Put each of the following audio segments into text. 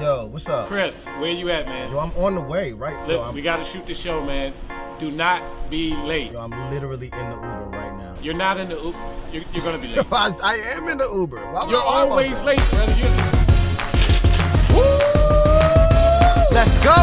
Yo, what's up? Chris, where you at, man? Yo, I'm on the way, right? Look, yo, I'm, we gotta shoot the show, man. Do not be late. yo, I'm literally in the Uber right now. You're not in the. Oop. You're, you're gonna be late. I, I am in the Uber. Why would You're I lie about always that? late, brother. You're, Let's go.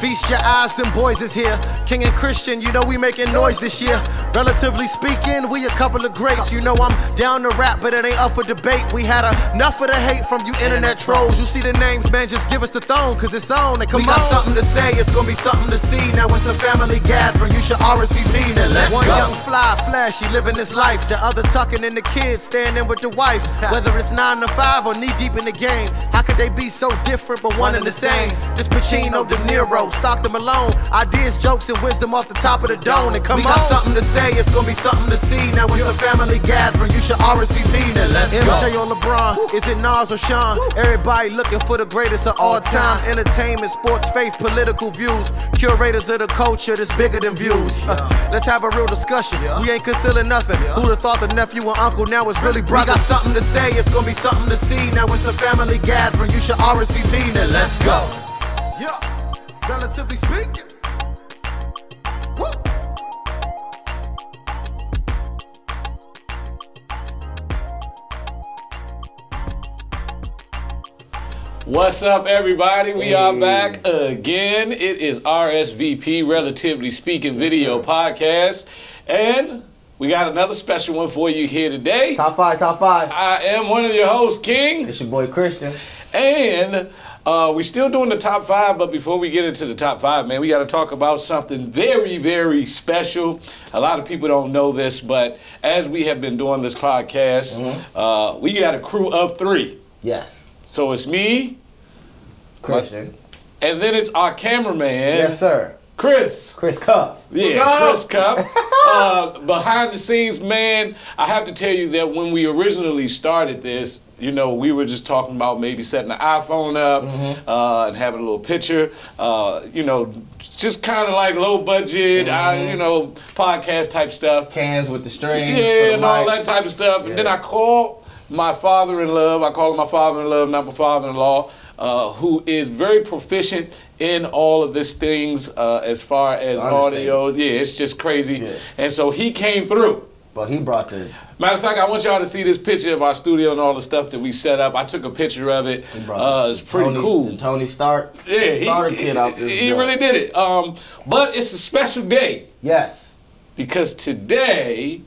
Feast your eyes, them boys is here. King and Christian, you know we making noise this year. Relatively speaking, we a couple of greats. You know I'm down to rap, but it ain't up for debate. We had enough of the hate from you internet trolls. You see the names, man, just give us the throne, cause it's on. And come we got on. something to say, it's gonna be something to see. Now it's a family gathering, you should RSVP. Now let's One go. young fly, flashy, living his life. The other tucking in the kids, standing with the wife. Whether it's nine to five or knee deep in the game, how could they be so different but one and the same? This Pacino, De Niro, Stockton Malone, ideas, jokes, and wisdom off the top of the dome. And come we got on. something to say, it's gonna be something to see. Now it's a family gathering, you should RSVP. Now let's go. MJ or LeBron, is it Nas or Sean? Everybody looking for the greatest of all time. Entertainment, sports, faith, political views. Curators of the culture that's bigger than views. Uh, let's have a real discussion. We ain't concealing nothing. Who'd have thought the nephew and uncle now is really brothers? We got something to say, it's gonna be something to see. Now it's a family gathering, you should RSVP. Now let's go. Yeah, relatively speaking. Woo. what's up, everybody? We are back again. It is RSVP, relatively speaking, video podcast, and we got another special one for you here today. Top five, top five. I am one of your hosts, King. It's your boy Christian. And uh, we still doing the top five, but before we get into the top five, man, we got to talk about something very, very special. A lot of people don't know this, but as we have been doing this podcast, Mm-hmm. uh, we got a crew of three. Yes. So it's me, Christian. and then it's our cameraman, Yes, sir. Chris. Chris Cuff. Yeah, Chris Cup. uh, behind the scenes, man, I have to tell you that when we originally started this, you know, we were just talking about maybe setting the iPhone up uh, and having a little picture. Uh, you know, just kind of like low budget, I, you know, podcast type stuff. Cans with the strings. Yeah, for the and all mics. that type of stuff. And then Yeah. I called my father in law I call him my father in law not my father in law, uh, who is very proficient in all of these things uh, as far as an audio. Yeah, it's just crazy. And so he came through. But he brought the. Matter of fact, I want y'all to see this picture of our studio and all the stuff that we set up. I took a picture of it. brought Uh, it's pretty Tony, cool. Tony Stark. Yeah, Starter he, kid out there. he really did it. Um, but it's a special day Yes. because today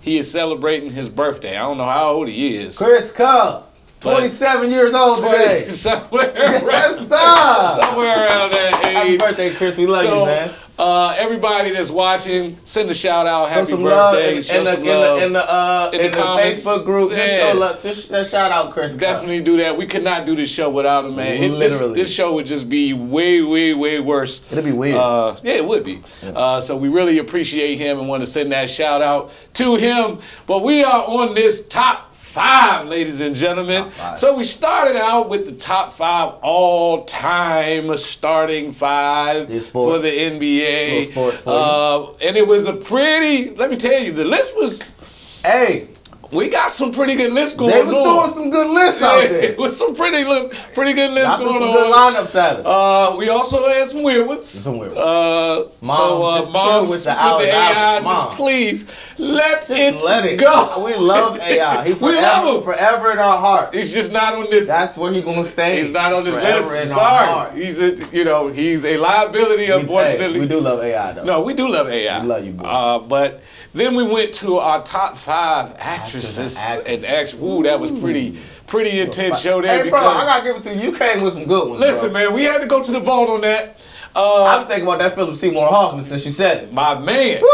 he is celebrating his birthday. I don't know how old he is. Chris Cuff. But- 27 years old today. somewhere, Yes, around, sir. somewhere around that age. Happy birthday, Chris. We love so, you, man. Uh, everybody that's watching, send a shout out. Show Happy some love birthday. in, show in, the, some in, the, love. in the uh In in, the the, comments. Facebook group. Just Yeah. show love. Just, just shout out Chris. Cuff. Definitely do that. We could not do this show without him, man. It- this- Literally. this, show would just be way, way, way worse. It'd be weird. Uh, yeah, it would be. Uh, so we really appreciate him and want to send that shout out to him. But we are on this top five, ladies and gentlemen. five. So we started out with the top five all time starting five These for sports. the NBA. Little sports for you. uh, and it was a pretty, let me tell you, the list was. Hey, We got some pretty good lists going they was on. doing some good lists out Yeah, there. with some pretty look, pretty good list Y'all threw going some on. good lineups at us. Uh, we also had some weird ones. Some weird ones. Uh, Mom, so, uh, just chill moms with the hour and AI, hour. just Mom. please let it Just let it go. We love AI. He We forever, love him. forever in our heart. He's just not on this. That's where he gonna stay. he's not on this Forever list. in I'm our heart. Sorry, he's a you know he's a liability, We- hey, unfortunately. we do love AI though. No, we do love AI. We love you, boy. Uh, but then we went to our top five actresses Actors and and actors. Ooh, that was pretty pretty intense show there. Hey, bro, I because- gotta give it to you. You came with some good ones. Listen, bro. man, we had to go to the vote on that. Uh, I'm thinking about that Philip Seymour Hoffman since you said it. my man. Woo!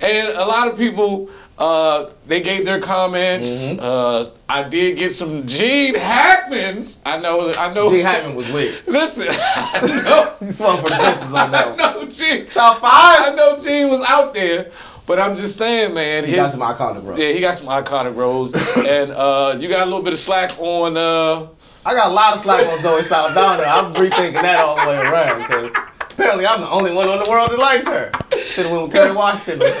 And a lot of people, uh, they gave their comments. Mm-hmm. Uh, I did get some Gene Hackman's. I know, I know. Gene Hackman was weird. Listen, I know, He swung for the fences on I that one. know Gene. Top I five. know Gene was out there, but I'm just saying, man. He got some iconic, bro. Yeah, he got some iconic roles, and uh, you got a little bit of slack on. Uh, I got a lot of slack on Zoe Saldana. I'm rethinking that all the way around because apparently I'm the only one in the world that likes her. Should have went with Kerry Washington or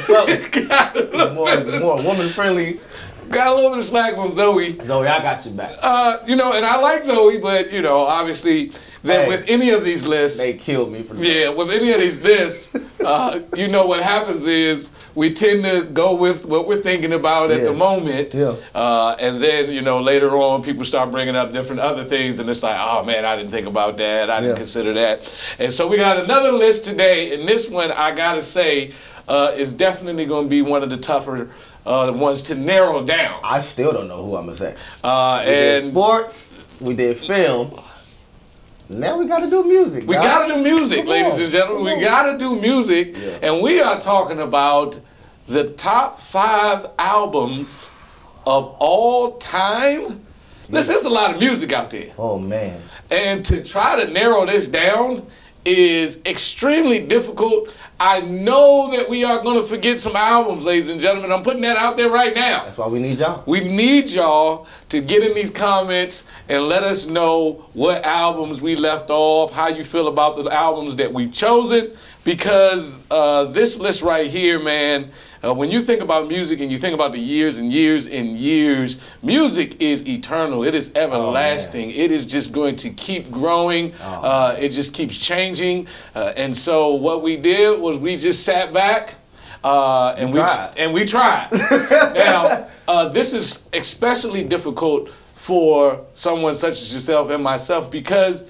something. got a little more, more woman friendly Got a little bit of slack from Zoe. Zoe, I got you back. Uh, you know, and I like Zoe, but you know, obviously, that Hey. with any of these lists, They killed me for this. yeah, with any of these lists, uh, you know what happens is we tend to go with what we're thinking about at the Yeah. moment, Yeah. uh, and then you know later on people start bringing up different other things, and it's like, oh man, I didn't think about that, I didn't Yeah. consider that, and so we got another list today, and this one I gotta say uh, is definitely going to be one of the tougher uh, ones to narrow down. I still don't know who I'm gonna say. Uh, We did and sports, we did film. Now we gotta do music. we dog. gotta do music, Come ladies on, and gentlemen. come We on. gotta do music, Yeah. and we are talking about the top five albums of all time. Listen, there's a lot of music out there, Oh man. and to try to narrow this down is extremely difficult. I know that we are gonna forget some albums, ladies and gentlemen. I'm putting that out there right now. That's why we need y'all. We need y'all to get in these comments and let us know what albums we left off, how you feel about the albums that we've chosen, because uh, this list right here, man, uh, when you think about music and you think about the years and years and years, music is eternal. It is everlasting. it is just going to keep growing. uh, it just keeps changing. Uh, and so what we did was we just sat back uh, and we tried. and we tried. now, uh, this is especially difficult for someone such as yourself and myself because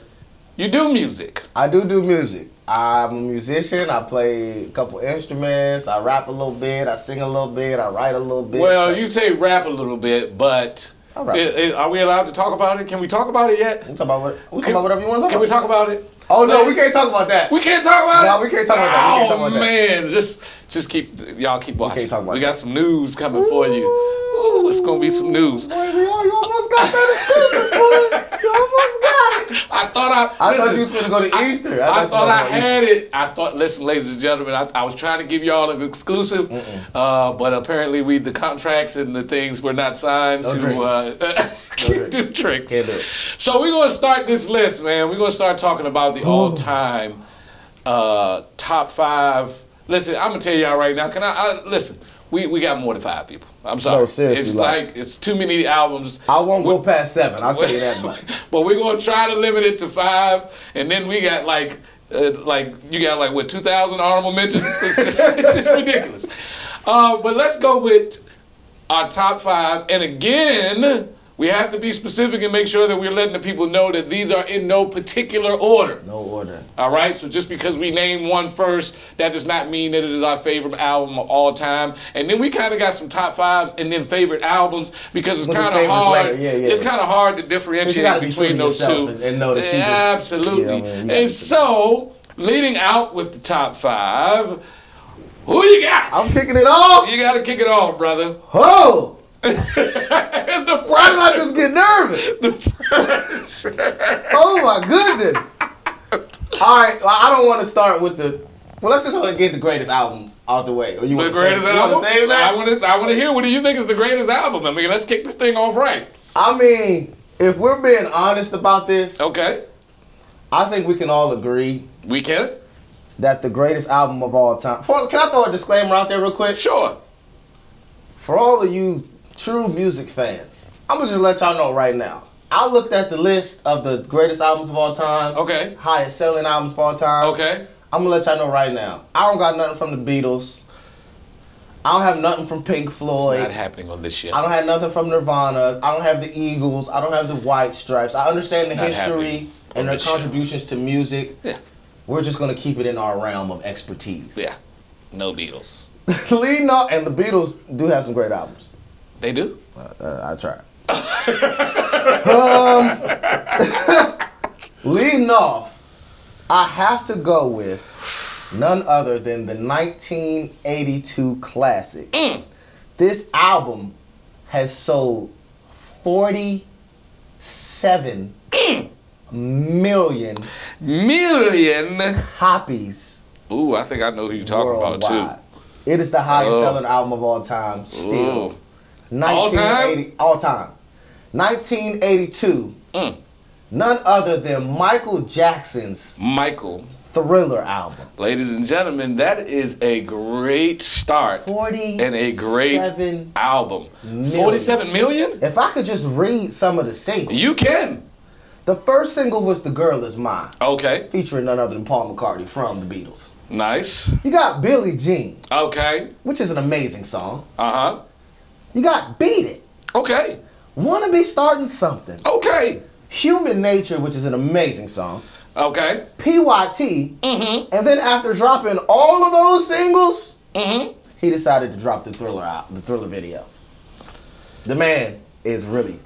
you do music. I do do music. I'm a musician. I play a couple instruments. I rap a little bit. I sing a little bit. I write a little bit. Well, you say rap a little bit, but I rap. i- i- are we allowed to talk about it? Can we talk about it yet? We talk about what? We talk about whatever you want to talk Can about. we talk about it? Oh no, we can't talk about that. We can't talk about it. No, we can't talk about that. We can't oh talk about that. man, just just keep y'all keep watching. talk about we got some news coming for you. Ooh, it's gonna be some news. Boy, we all, you almost got that exclusive, boy. You almost got it. I thought I. I listen, thought you was gonna go to Easter. I you thought was I gonna go to had it. I thought, listen, ladies and gentlemen, I, I was trying to give y'all an exclusive, uh, but apparently we the contracts and the things were not signed No to drinks. uh, No do tricks. Can't do it. So we're gonna start this list, man. We're gonna start talking about the all-time uh, top five. Listen, I'm gonna tell y'all right now. Can I, I listen? We we got more than five people. I'm sorry. seriously, it's like- like, it's too many albums. I won't go past seven. I'll tell you that much. But we're gonna try to limit it to five, and then we got like, uh, like you got like what two thousand honorable mentions. It's just, it's just ridiculous. Uh, but let's go with our top five, and again, we have to be specific and make sure that we're letting the people know that these are in no particular order. No order. All right, so just because we name one first, that does not mean that it is our favorite album of all time. And then we kind of got some top fives and then favorite albums because it's Look at kind of favorites hard. later, yeah, yeah. It's kind of hard to differentiate gotta be true between to those yourself two. and- and know that you Yeah, just- absolutely. Yeah, man, you gotta be- and so, leading out with the top five, who you got? I'm kicking it off. You got to kick it off, brother. Oh, why the did pressure. I just get nervous? oh my goodness. All right, well, I don't want to start with the. Well, let's just get the greatest album out the way. Or you The want to greatest save, album. You want to save I that? want to. I want to hear. What do you think is the greatest album? I mean, let's kick this thing off right. I mean, if we're being honest about this, Okay, I think we can all agree we can. that the greatest album of all time. For, can I throw a disclaimer out there real quick? Sure. For all of you true music fans, I'm gonna just let y'all know right now. I looked at the list of the greatest albums of all time. Oh, Okay. Highest selling albums of all time. Okay. I'm gonna let y'all know right now. I don't got nothing from the Beatles. I don't have nothing from Pink Floyd. Not happening on this shit. I don't have nothing from Nirvana. I don't have the Eagles. I don't have the White Stripes. I understand It's the not history happening on and their this show. contributions to music. Yeah. We're just gonna keep it in our realm of expertise. Yeah. No Beatles. Leading up, and the Beatles do have some great albums. They do. Uh, I tried. um, leading off, I have to go with none other than the 1982 classic. Mm. This album has sold 47 Mm. million Million. copies Ooh, I think I know who you're talking worldwide. about It is the highest Oh. selling album of all time. too. Still. Ooh. 1980 all time. Mm. 1982. None other than Michael Jackson's Michael Thriller album. Ladies and gentlemen, that is a great start 40 and a great seven album. million. 47 million? If I could just read some of the singles. You can. The first single was The Girl Is Mine, Okay. featuring none other than Paul McCartney from The Beatles. Nice. You got Billie Jean, Okay. which is an amazing song. Uh You got Beat It, huh. Okay. Wanna Be Starting Something, Okay. Human Nature, which is an amazing song, Okay. PYT, Mm-hmm. and then after dropping all of those singles, Mm-hmm. he decided to drop the Thriller out, the Thriller video. The man is really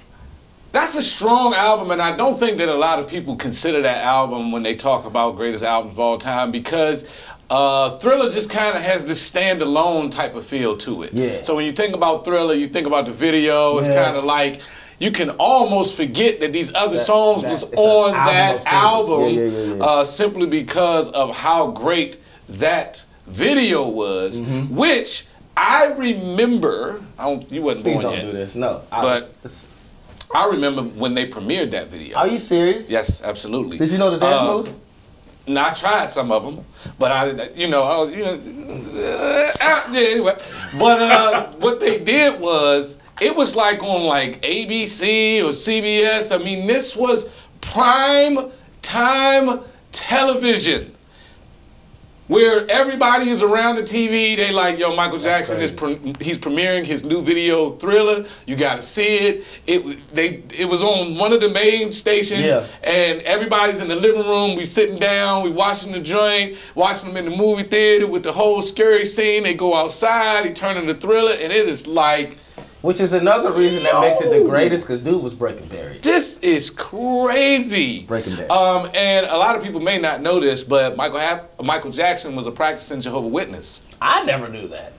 That's a strong album, and I don't think that a lot of people consider that album when they talk about greatest albums of all time because uh, Thriller just kind of has this standalone type of feel to it. Yeah. So when you think about Thriller, you think about the video. It's Yeah. kind of like you can almost forget that these other That- songs that- was it's an on album of that singles. album Yeah, yeah, yeah, yeah. Uh, simply because of how great that video was, Mm-hmm. which I remember. I don't, you wasn't Please born don't yet. do this. No. I- But- it's- I remember when they premiered that video. are you serious? Yes, absolutely. Did you know the dance Uh, moves? No, I tried some of them, but I, didn't- you know, I was, you know, uh, uh, yeah, anyway. But uh, what they did was, it was like on like ABC or CBS. I mean, this was prime time television. Where everybody is around the TV, they like, yo, Michael Jackson is pre- he's premiering his new video Thriller. You gotta see it. It w- they it was on one of the main stations, Yeah. and everybody's in the living room. We sitting down, we watching the joint, watching them in the movie theater with the whole scary scene. They go outside, they turn into thriller, and it is like Which is another reason that makes it the No. greatest because dude was breaking barriers. this is crazy. Breaking down. Um, and a lot of people may not know this, but Michael Hap- Michael Jackson was a practicing Jehovah Witness, I never knew that.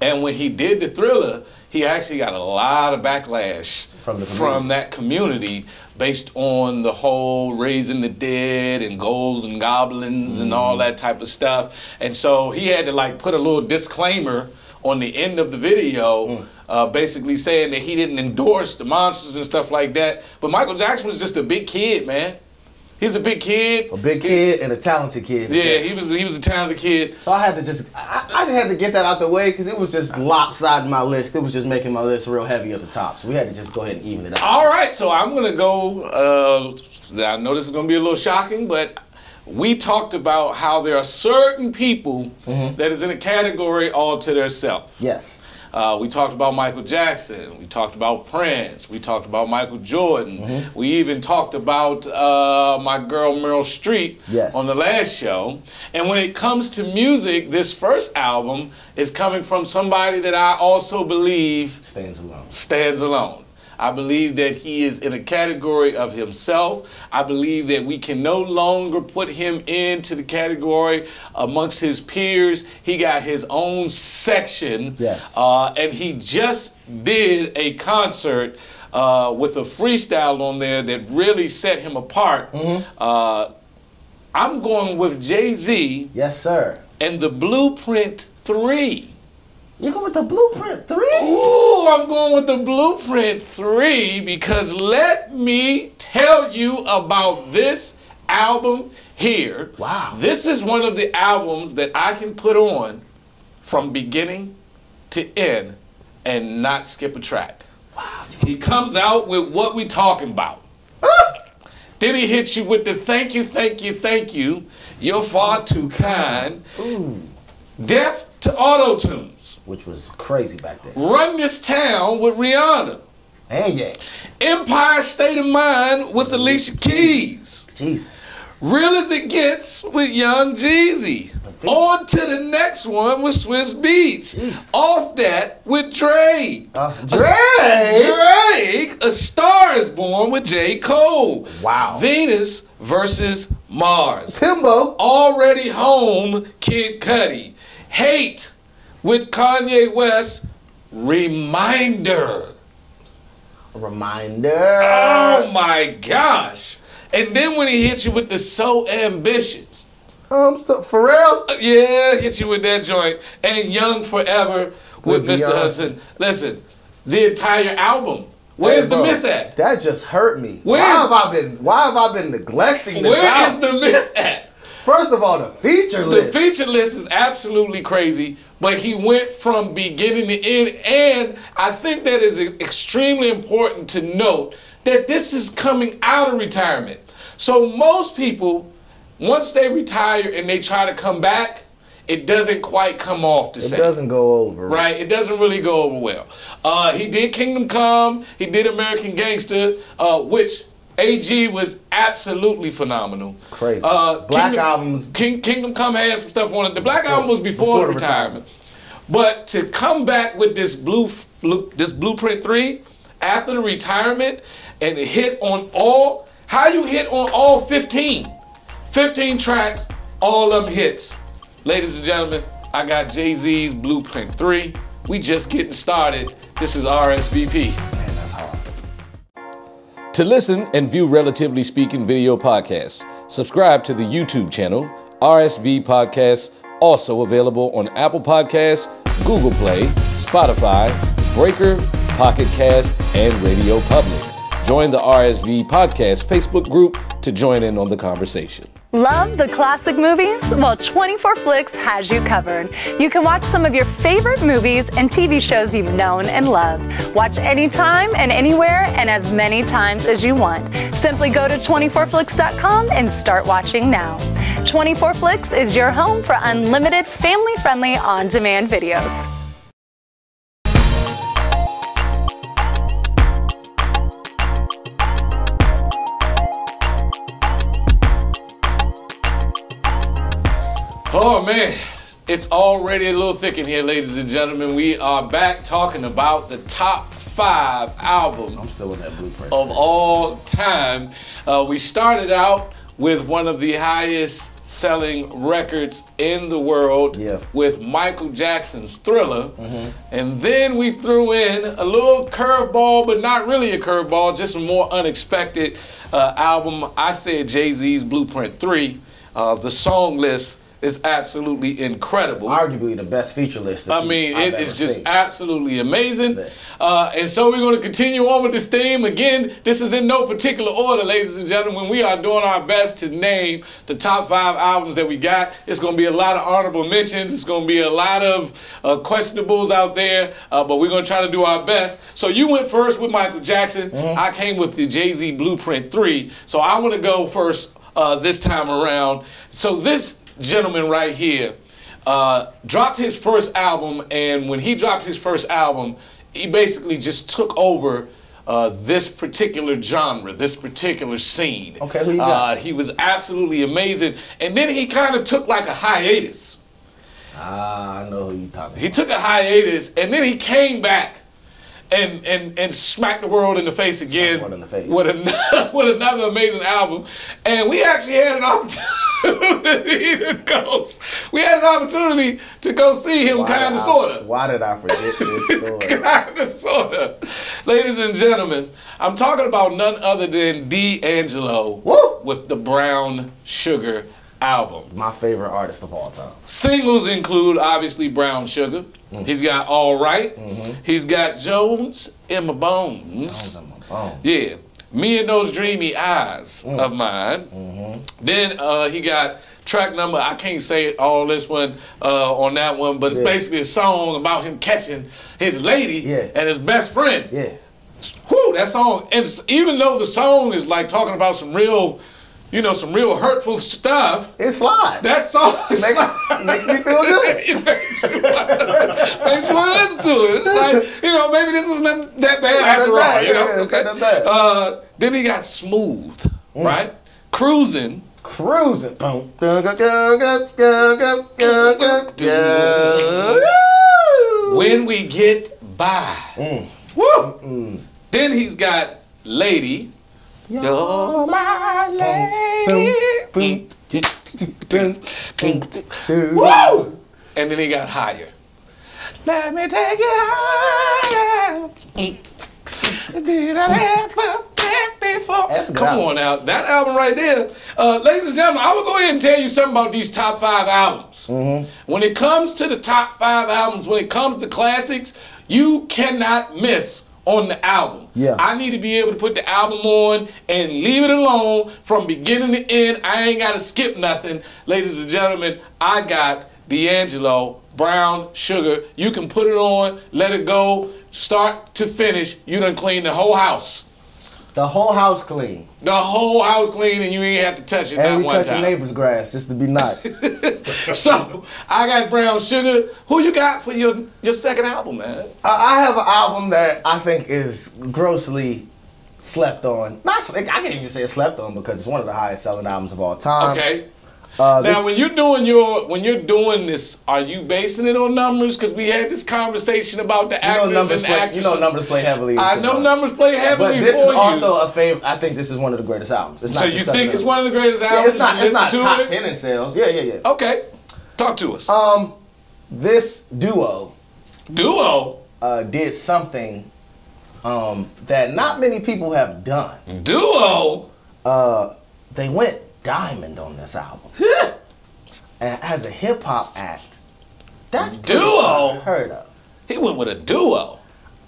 and when he did the thriller, he actually got a lot of backlash From the from community. that community based on the whole raising the dead and ghouls and goblins and all Mm-hmm. that type of stuff. And so he had to like put a little disclaimer on the end of the video, Mm. uh, basically saying that he didn't endorse the monsters and stuff like that. But Michael Jackson was just a big kid, man. He's a big kid. A big kid and a talented kid. Yeah, he was he was a talented kid. So I had to just, I, I just had to get that out the way because it was just lopsided my list. It was just making my list real heavy at the top. So we had to just go ahead and even it out. All right, so I'm gonna go. Uh, I know this is gonna be a little shocking, but we talked about how there are certain people that is in a category all to themselves. Yes. Uh, we talked about Michael Jackson. We talked about Prince. We talked about Michael Jordan. We even talked about uh, my girl Meryl Streep Yes. on the last show. And when it comes to music, this first album is coming from somebody that I also believe Stands alone. stands alone. I believe that he is in a category of himself. I believe that we can no longer put him into the category amongst his peers. He got his own section. Yes. Uh, and he just did a concert uh, with a freestyle on there that really set him apart. Uh, I'm going with Jay Z Yes, sir. and the Blueprint 3. You go with the blueprint three? Ooh, I'm going with the Blueprint 3 because let me tell you about this album here. Wow. This is one of the albums that I can put on from beginning to end and not skip a track. Wow. He comes out with what we talking about. Then he hits you with the thank you, thank you, thank you. You're far too kind. Deaf to auto tunes. Which was crazy back then. Run This Town with Rihanna. And yeah. Empire State of Mind with Alicia Keys. Jesus. Real as It Gets with Young Jeezy. On to the next one with Swiss Beats. Jesus. Off that with Drake. Uh, Drake? Drake, A Star is Born with J. Cole. Wow. Venus versus Mars. Timbo. Already Home, Kid Cudi. Hate with Kanye West, Reminder. Reminder. Oh my gosh. And then when he hits you with the so ambitious. Um, so Pharrell. uh, Yeah, hits you with that joint. And Young Forever with, With Mr. Beyonce. Hudson. Listen, the entire album. Where's the Bro, miss at? That just hurt me. Where- why have I been? Why have I been neglecting this Where is album? the miss at? First of all, the feature The list. feature list is absolutely crazy, but he went from beginning to end, and I think that is e-, extremely important to note that this is coming out of retirement. So most people, once they retire and they try to come back, it doesn't quite come off the it same. doesn't go over. Right, it doesn't really go over well. Uh, he did Kingdom Come, he did American Gangster, uh, which AG was absolutely phenomenal. Crazy. Black Uh, Kingdom, albums- King, Kingdom Come had some stuff on it. The Black album was before, before the retirement. but to come back with this blue, blue this Blueprint Three after the retirement and hit on all how you hit on all 15, 15 tracks, all of them hits. Ladies and gentlemen, I got Jay Z's Blueprint 3. We just getting started. This is RSVP. Man, that's hard. To listen and view Relatively Speaking video podcasts, subscribe to the YouTube channel, RSV Podcasts, also available on Apple Podcasts, Google Play, Spotify, Breaker, Pocket Cast, and Radio Public. Join the RSV Podcast Facebook group to join in on the conversation. Love the classic movies? Well, 24 Flicks has you covered. You can watch some of your favorite movies and TV shows you've known and loved. Watch anytime and anywhere and as many times as you want. Simply go to 24flicks.com and start watching now. 24 Flicks is your home for unlimited family friendly on demand videos. Oh man, it's already a little thick in here, ladies and gentlemen. We are back talking about the top five albums Still in that blueprint. of all time. Uh, we started out with one of the highest selling records in the world Yeah. with Michael Jackson's Thriller. And then we threw in a little curveball, but not really a curveball, just a more unexpected uh, album. I said Jay Z's Blueprint 3. Uh, the song list is absolutely incredible. Arguably the best feature list. That I mean, have it is ever just seen. absolutely amazing. Yeah. Uh, and so we're going to continue on with this theme. Again, this is in no particular order, ladies and gentlemen. We are doing our best to name the top five albums that we got. It's going to be a lot of honorable mentions. It's going to be a lot of uh, questionables out there, uh, but we're going to try to do our best. So you went first with Michael Jackson. Mm-hmm. I came with the Jay Z Blueprint 3. So I want to go first uh, this time around. So this gentleman right here, uh, dropped his first album, and when he dropped his first album, he basically just took over uh, this particular genre, this particular scene. Okay, who you got? Uh, he was absolutely amazing, and then he kind of took like a hiatus. Ah, I know who you talking. He took a hiatus, and then he came back. And, and, and smacked the world in the face again the world in the face. with another with another amazing album, and we actually had an opportunity to go. We had an opportunity to go see him, Why kind of did I- sorta. Why did I forget this story? Minnesota. Ladies and gentlemen, I'm talking about none other than D'Angelo Woo! with the Brown Sugar album. My favorite artist of all time. Singles include obviously Brown Sugar. Mm. He's got All Right. He's got Jones in My Bones. It's in Mm-hmm. my phone. Yeah. Me and those dreamy eyes Mm. of mine. Mm-hmm. Then uh, he got track number. I can't say all this one uh, on that one, but it's Yeah. basically a song about him catching his lady Yeah. and his best friend. Yeah. Whew, that song. And s- even though the song is like talking about some real, you know, some real hurtful stuff, It slides. that song is makes, makes me feel good. it makes you want to listen to it. It's like, you know, maybe this is not that bad after all. bad, you know? yeah, it's not that bad. Mm. Uh, then he got smooth, right? Cruising. Cruising. Boom. Go, go, go, go, go, go, go, go. When we get by. Mm. Woo! Then he's got Lady. You're my lady. Boom, boom, boom, boom. Woo! And then he got higher. Let me take you higher. Did I ever get before? That's a good Come album. on out. That album right there. Uh, ladies and gentlemen, I will go ahead and tell you something about these top five albums. When it comes to the top five albums, when it comes to classics, you cannot miss on the album. Yeah. I need to be able to put the album on and leave it alone from beginning to end. I ain't gotta skip nothing. Ladies and gentlemen, I got D'Angelo Brown Sugar. You can put it on, let it go, start to finish. You done clean the whole house. The whole house clean. The whole house clean and you ain't have to touch it And not we one cut your time. neighbor's grass just to be nice. So I got Brown Sugar. Who you got for your your second album, man? I I have an album that I think is grossly slept on. Not sl- I can't even say slept on because it's one of the highest selling albums of all time. Okay. Uh, Um, this- Now, when you're doing your when you're doing this, are you basing it on numbers? Because we had this conversation about the you know actors numbers and play. You actresses. know numbers play heavily. I into know the- numbers play But heavily this for is you. also a favorite. I think this is one of the greatest albums. It's so not you just think second it's album. one of the greatest Yeah, albums? it's not. you It's not listen top to Oh. it? ten in sales. Yeah, yeah, yeah. Okay, talk to us. Um, this duo duo, uh, did something um, that not many people have done. Mm. duo. Uh, they went diamond on this album. and as a hip hop act, that's pretty Duo? unheard of. He went with a duo.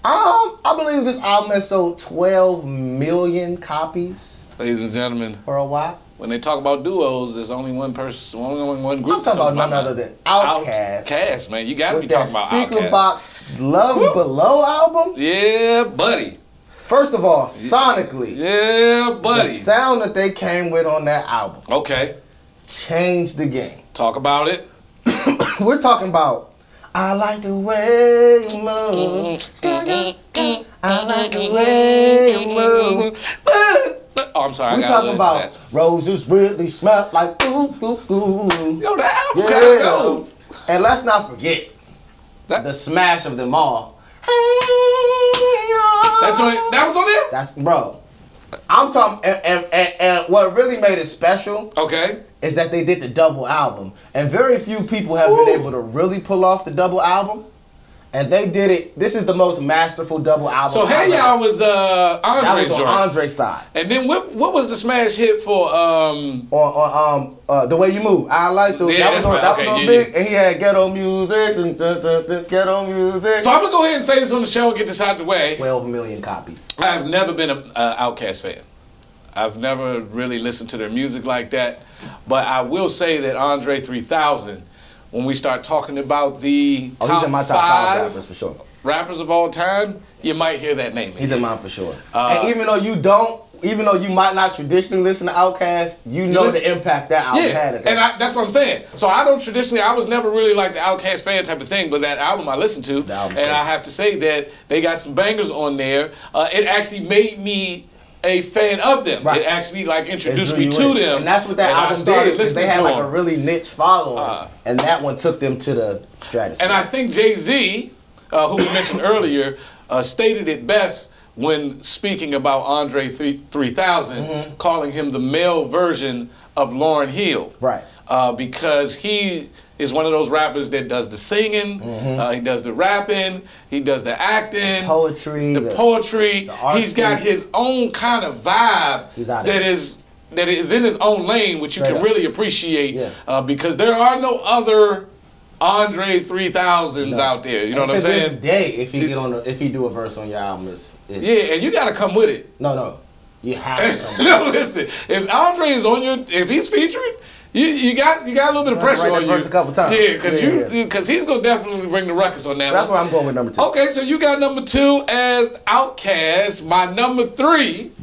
Um, I believe this album has sold 12 million copies Ladies and gentlemen, for a while. when they talk about duos, there's only one person, only one group. I'm that comes talking about to my none mind. other than Outkast. Outkast, man, you gotta be With that talking about speaker Outkast. box Love Below album. Yeah, buddy. First of all, sonically, Yeah, the buddy. sound that they came with on that album Okay, changed the game. talk about it. We're talking about I like the way you move. I like the way you move. Oh, I'm sorry. I We're got a talking little about into that. roses really smell like ooh ooh ooh. Yo, that album kind of Yeah. goes. And let's not forget That- the smash of them all. Hey, That's on, that was on there? That's bro. I'm talking, and, and, and, and what really made it special Okay. is that they did the double album, and very few people have Woo. been able to really pull off the double album. And they did it. This is the most masterful double album. So I've Hey ever- Y'all was uh, That Andre's was on joint. Andre's side. And then what, what was the smash hit for? um On, on um uh, the way you move, I like the Yeah, that that's was on right. that was Okay, on yeah, big, yeah. and he had ghetto music, dun, dun, dun, dun, ghetto music. So I'm going to go ahead and say this on the show and get this out of the way. Twelve million copies. I've never been an uh, Outkast fan. I've never really listened to their music like that. But I will say that Andre 3000, when we start talking about the Oh, top, he's in my top five, rappers for sure. rappers of all time, you might hear that name. He's in mine for sure. Uh, and even though you don't, even though you might not traditionally listen to Outkast, you know listen- the impact that album had. yeah, At that and I, that's what I'm saying. So I don't traditionally, I was never really like the Outkast fan type of thing, but that album I listened to, and The album's I crazy. have to say that they got some bangers on there. Uh, it actually made me a fan of them. Right. It actually like It introduced drew me you to in. them, and that's what that and I album started. Because they listening had to like a them. really niche following, Uh. and that one took them to the stratosphere. And I think Jay Z, uh, who we mentioned earlier, uh, stated it best when speaking about Andre three- 3000, calling him the male version of Lauren Hill. Right. Uh, because he is one of those rappers that does the singing, uh, he does the rapping, he does the acting, poetry, the the- poetry. the artsy. He's got his own kind of vibe He's out of that it. is that is in his own lane, which you Straight can up. really appreciate Yeah. uh, because there are no other Andre 3000s out there. You know And what I'm to saying? This day, if he get on, a, if he do a verse on your album, it's, it's yeah, and you got to come with it. no, no, you have to. come back. no, listen. If Andre is on your, if he's featuring, you, you got you got a little bit of You gotta pressure write on that you. verse a couple times. Yeah, because Yeah, you yeah. because he's gonna definitely bring the ruckus on that. That's one. where I'm going with number two. Okay, so you got number two as Outcast. My number three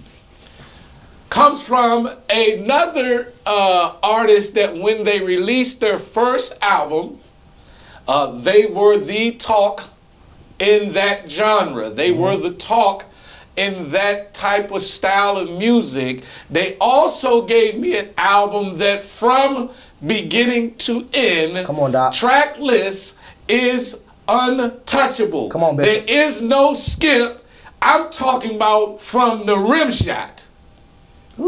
comes from another uh, artist that when they released their first album, uh, they were the talk in that genre. They Mm-hmm. were the talk in that type of style of music. They also gave me an album that from beginning to end, Come on, Doc. track list is untouchable. Come on, There Bishop. is no skip. I'm talking about from the rim shot Ooh,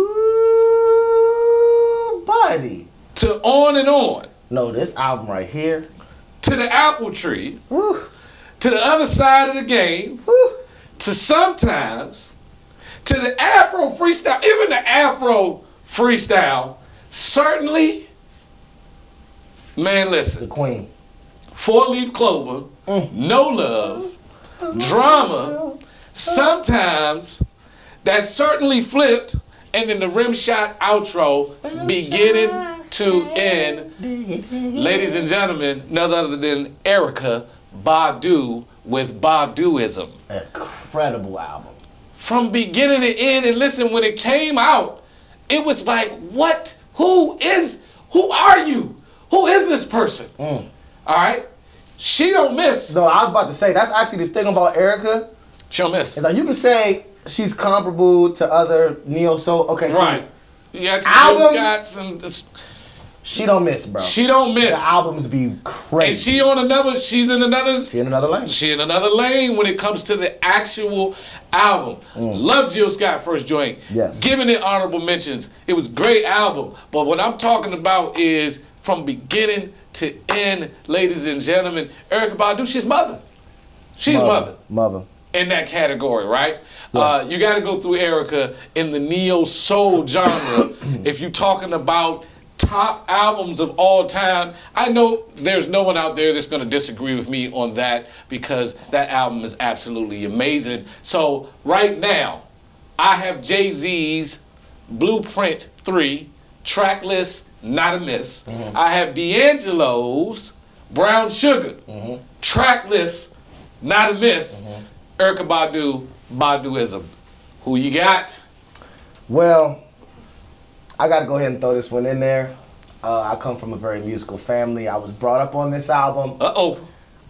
buddy. to on and on No, this album right here. to the apple tree Woo, to the other side of the game woo. to sometimes to the afro freestyle even the afro freestyle certainly man The listen Queen. four leaf clover no love drama Sometimes that's certainly flipped, and then the rim shot outro beginning to end. Ladies and gentlemen, none other than Erica Badu with Baduism. Incredible album. From beginning to end, and listen, when it came out, it was like, what? Who is, who are you? Who is this person? All right? She don't miss. No, I was about to say that's actually the thing about Erica She don't miss. is like you can say she's comparable to other neo soul. Okay, cool. Right. Yeah, she Albums- got some. this- She don't miss, bro. She don't miss. the albums be crazy. and she on another. She's in another. She in another lane. She in another lane when it comes to the actual album. Love Jill Scott first joint. Mm. Yes. Giving it honorable mentions. It was great album. But what I'm talking about is from beginning to end, ladies and gentlemen, Erica Badu, she's mother. She's mother. mother. in that category, right? Uh, Yes. you got to go through Erica in the neo soul genre. if you're talking about top albums of all time, I know there's no one out there that's going to disagree with me on that because that album is absolutely amazing. So right now, I have Jay Z's Blueprint Three track list, not a miss. I have D'Angelo's Brown Sugar track list, not a miss. Erica Badu, Baduism. Who you got? Well, I gotta go ahead and throw this one in there. Uh, I come from a very musical family. I was brought up on this album. Uh oh.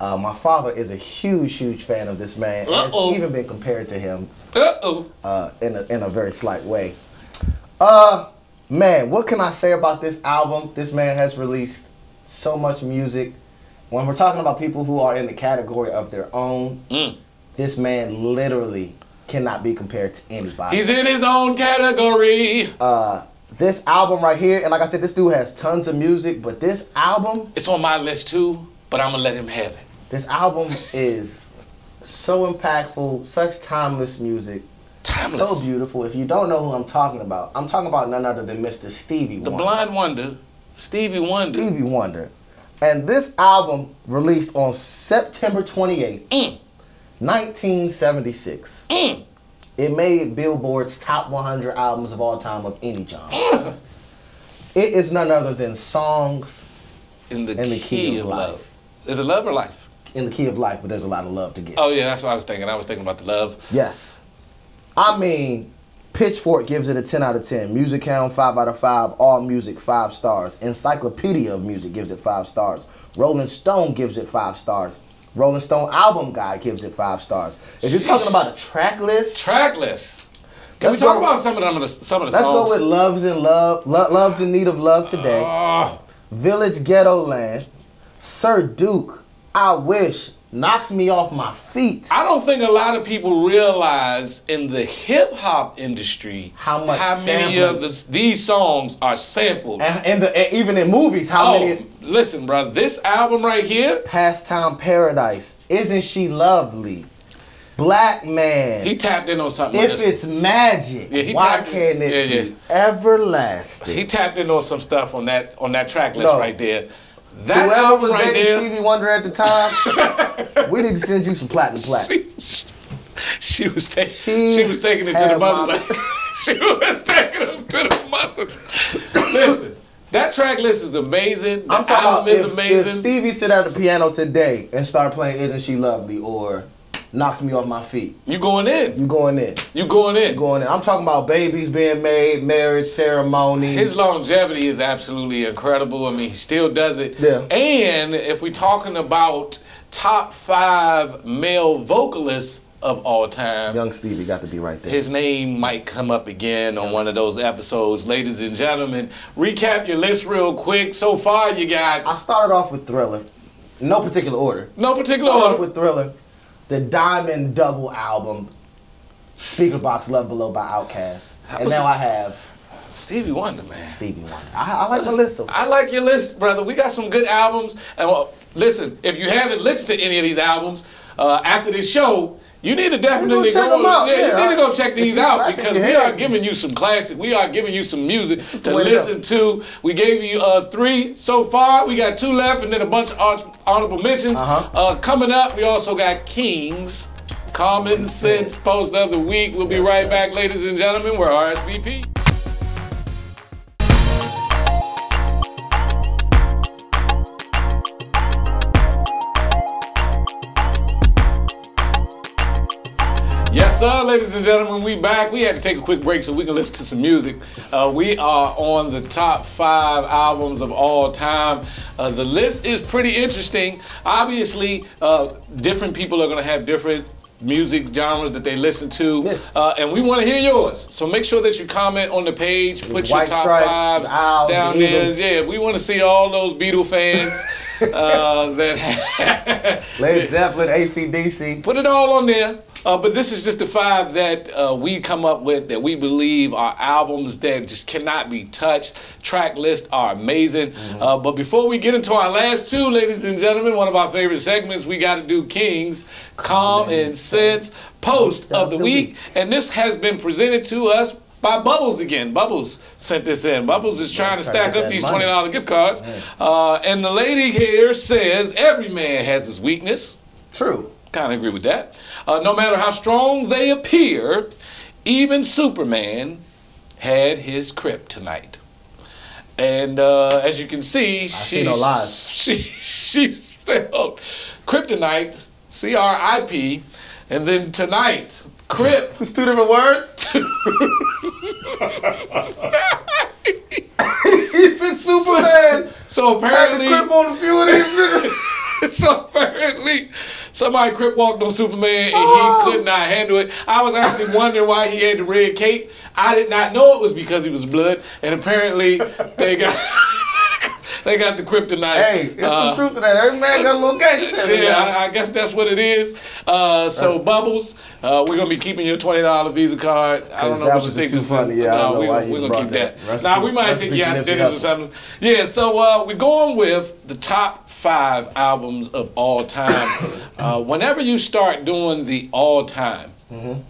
Uh, my father is a huge, huge fan of this man. and Uh-oh. Has even been compared to him Uh oh. uh, in a, in a very slight way. Uh, man, what can I say about this album? This man has released so much music. When we're talking about people who are in the category of their own, Mm. this man literally cannot be compared to anybody. He's in his own category. Uh, this album right here, and like I said, this dude has tons of music, but this album, it's on my list too, but I'm gonna let him have it. this album is so impactful, such timeless music. Timeless. So beautiful. If you don't know who I'm talking about, I'm talking about none other than Mr. Stevie the Wonder. Blind Wonder, Stevie Wonder. Stevie Wonder. And this album released on September 28th, 1976. It made Billboard's top 100 albums of all time of any genre. It is none other than Songs In the, And the key, of, love. Is it love or life? in the Key of Life, but there's a lot of love to get. Oh yeah, that's what I was thinking. I was thinking about the love. Yes. I mean, Pitchfork gives it a 10 out of 10. Music Hound, 5 out of 5. All Music, 5 stars. Encyclopedia of Music gives it 5 stars. Rolling Stone gives it 5 stars. Rolling Stone Album Guy gives it 5 stars. If you're talking about a track list, Track list. Can Let's we talk go- about some of them? Some of the let's songs. Uh. go with Loves in Love, Lo- Loves in Need of Love Today. Village Ghetto Land. Sir Duke, I Wish, Knocks Me Off My Feet. I don't think a lot of people realize in the hip hop industry How much many sampling. of this, these songs are sampled. And, and, the, and even in movies, how oh, many listen, bro, this album right here, Pastime Paradise. Isn't she lovely? Black man. he tapped in on something. on if this it's magic, Yeah, he why tapped- can't it yeah, be yeah. everlasting? one. he tapped in on some stuff on that on that track list No. right there. That Whoever album was right dating there, Stevie Wonder at the time, we need to send you some platinum plaques. she was taking She she, was taking it to the had my- motherland. she was taking it to the mother. listen, that track list is amazing. The I'm album talking is about if, if amazing. Stevie sit at the piano today and start playing "Isn't She Lovely" or "Knocks Me Off My Feet," you going in? you going in, You going in? you going in. I'm talking about babies being made, marriage ceremonies. His longevity is absolutely incredible. I mean, he still does it. Yeah. And if we're talking about top five male vocalists of all time, Young Stevie got to be right there. his name might come up again on one of those episodes. Ladies and gentlemen, recap your list real quick. So far, you got I started off with Thriller, no particular order. no particular Started off order. with Thriller, the Diamond Double album, Speaker Box Love Below by Outkast, and was now this- I have Stevie Wonder, man. Stevie Wonder. I, I like my list. so far. I like your list, brother. We got some good albums. And well, listen, if you haven't listened to any of these albums uh, after this show, you need to definitely check go. them out, Yeah, yeah. you need to go check If these you out scratching because your we head. are giving you some classic. We are giving you some music the to way to listen to. We gave you uh, three so far. We got two left, and then a bunch of hon- honorable mentions Uh-huh. Uh, coming up. We also got Kings Common Sense Post of the Week. We'll be right back, ladies and gentlemen. We're RSVP. Yes, sir, ladies and gentlemen, we back. We had to take a quick break so we can listen to some music. Uh, we are on the top five albums of all time. Uh, the list is pretty interesting. Obviously, uh, different people are going to have different music genres that they listen to, uh, and we want to hear yours. So make sure that you comment on the page, put your White top Stripes, fives the Owls, down the there. Eagles. Yeah, we want to see all those Beatle fans uh, that have. Led Zeppelin, ACDC. Put it all on there. Uh, but this is just the five that uh, we come up with that we believe are albums that just cannot be touched. Track lists are amazing. Uh, but before we get into our last two, ladies and gentlemen, one of our favorite segments, we got to do King's Common Sense Post of the Week. And this has been presented to us by Bubbles again. Bubbles sent this in. Bubbles is trying to try to stack get up that these money. $20 gift cards. Uh, and the lady here says every man has his weakness. True. Kind of agree with that. Uh, no matter how strong they appear, even Superman had his kryptonite. And uh, as you can see, I see no lies. She she spelled kryptonite, C R I P, and then tonight, crypt. It's two different words. if it's Superman, So I apparently, crip on a few of these niggas. so apparently somebody crip walked on Superman and Oh. he could not handle it. I was actually wondering why he had the red cape. I did not know it was because he was blood, and apparently they got they got the kryptonite. Hey, it's Uh, some truth to that. Every man got a little gangster. in him, yeah, y'all. I, I guess that's what it is. Uh, so Bubbles, uh, we're gonna be keeping your twenty dollar Visa card. I don't know that what you was think. just too this is- funny. Yeah, I don't know we, why we're you gonna brought keep that. that. Rest Now in- we might rest take in you peace, out to Nipsey dinners or Hussle. something. Yeah. So uh, we're going with the top five albums of all time. uh, whenever you start doing the all time, Mm-hmm.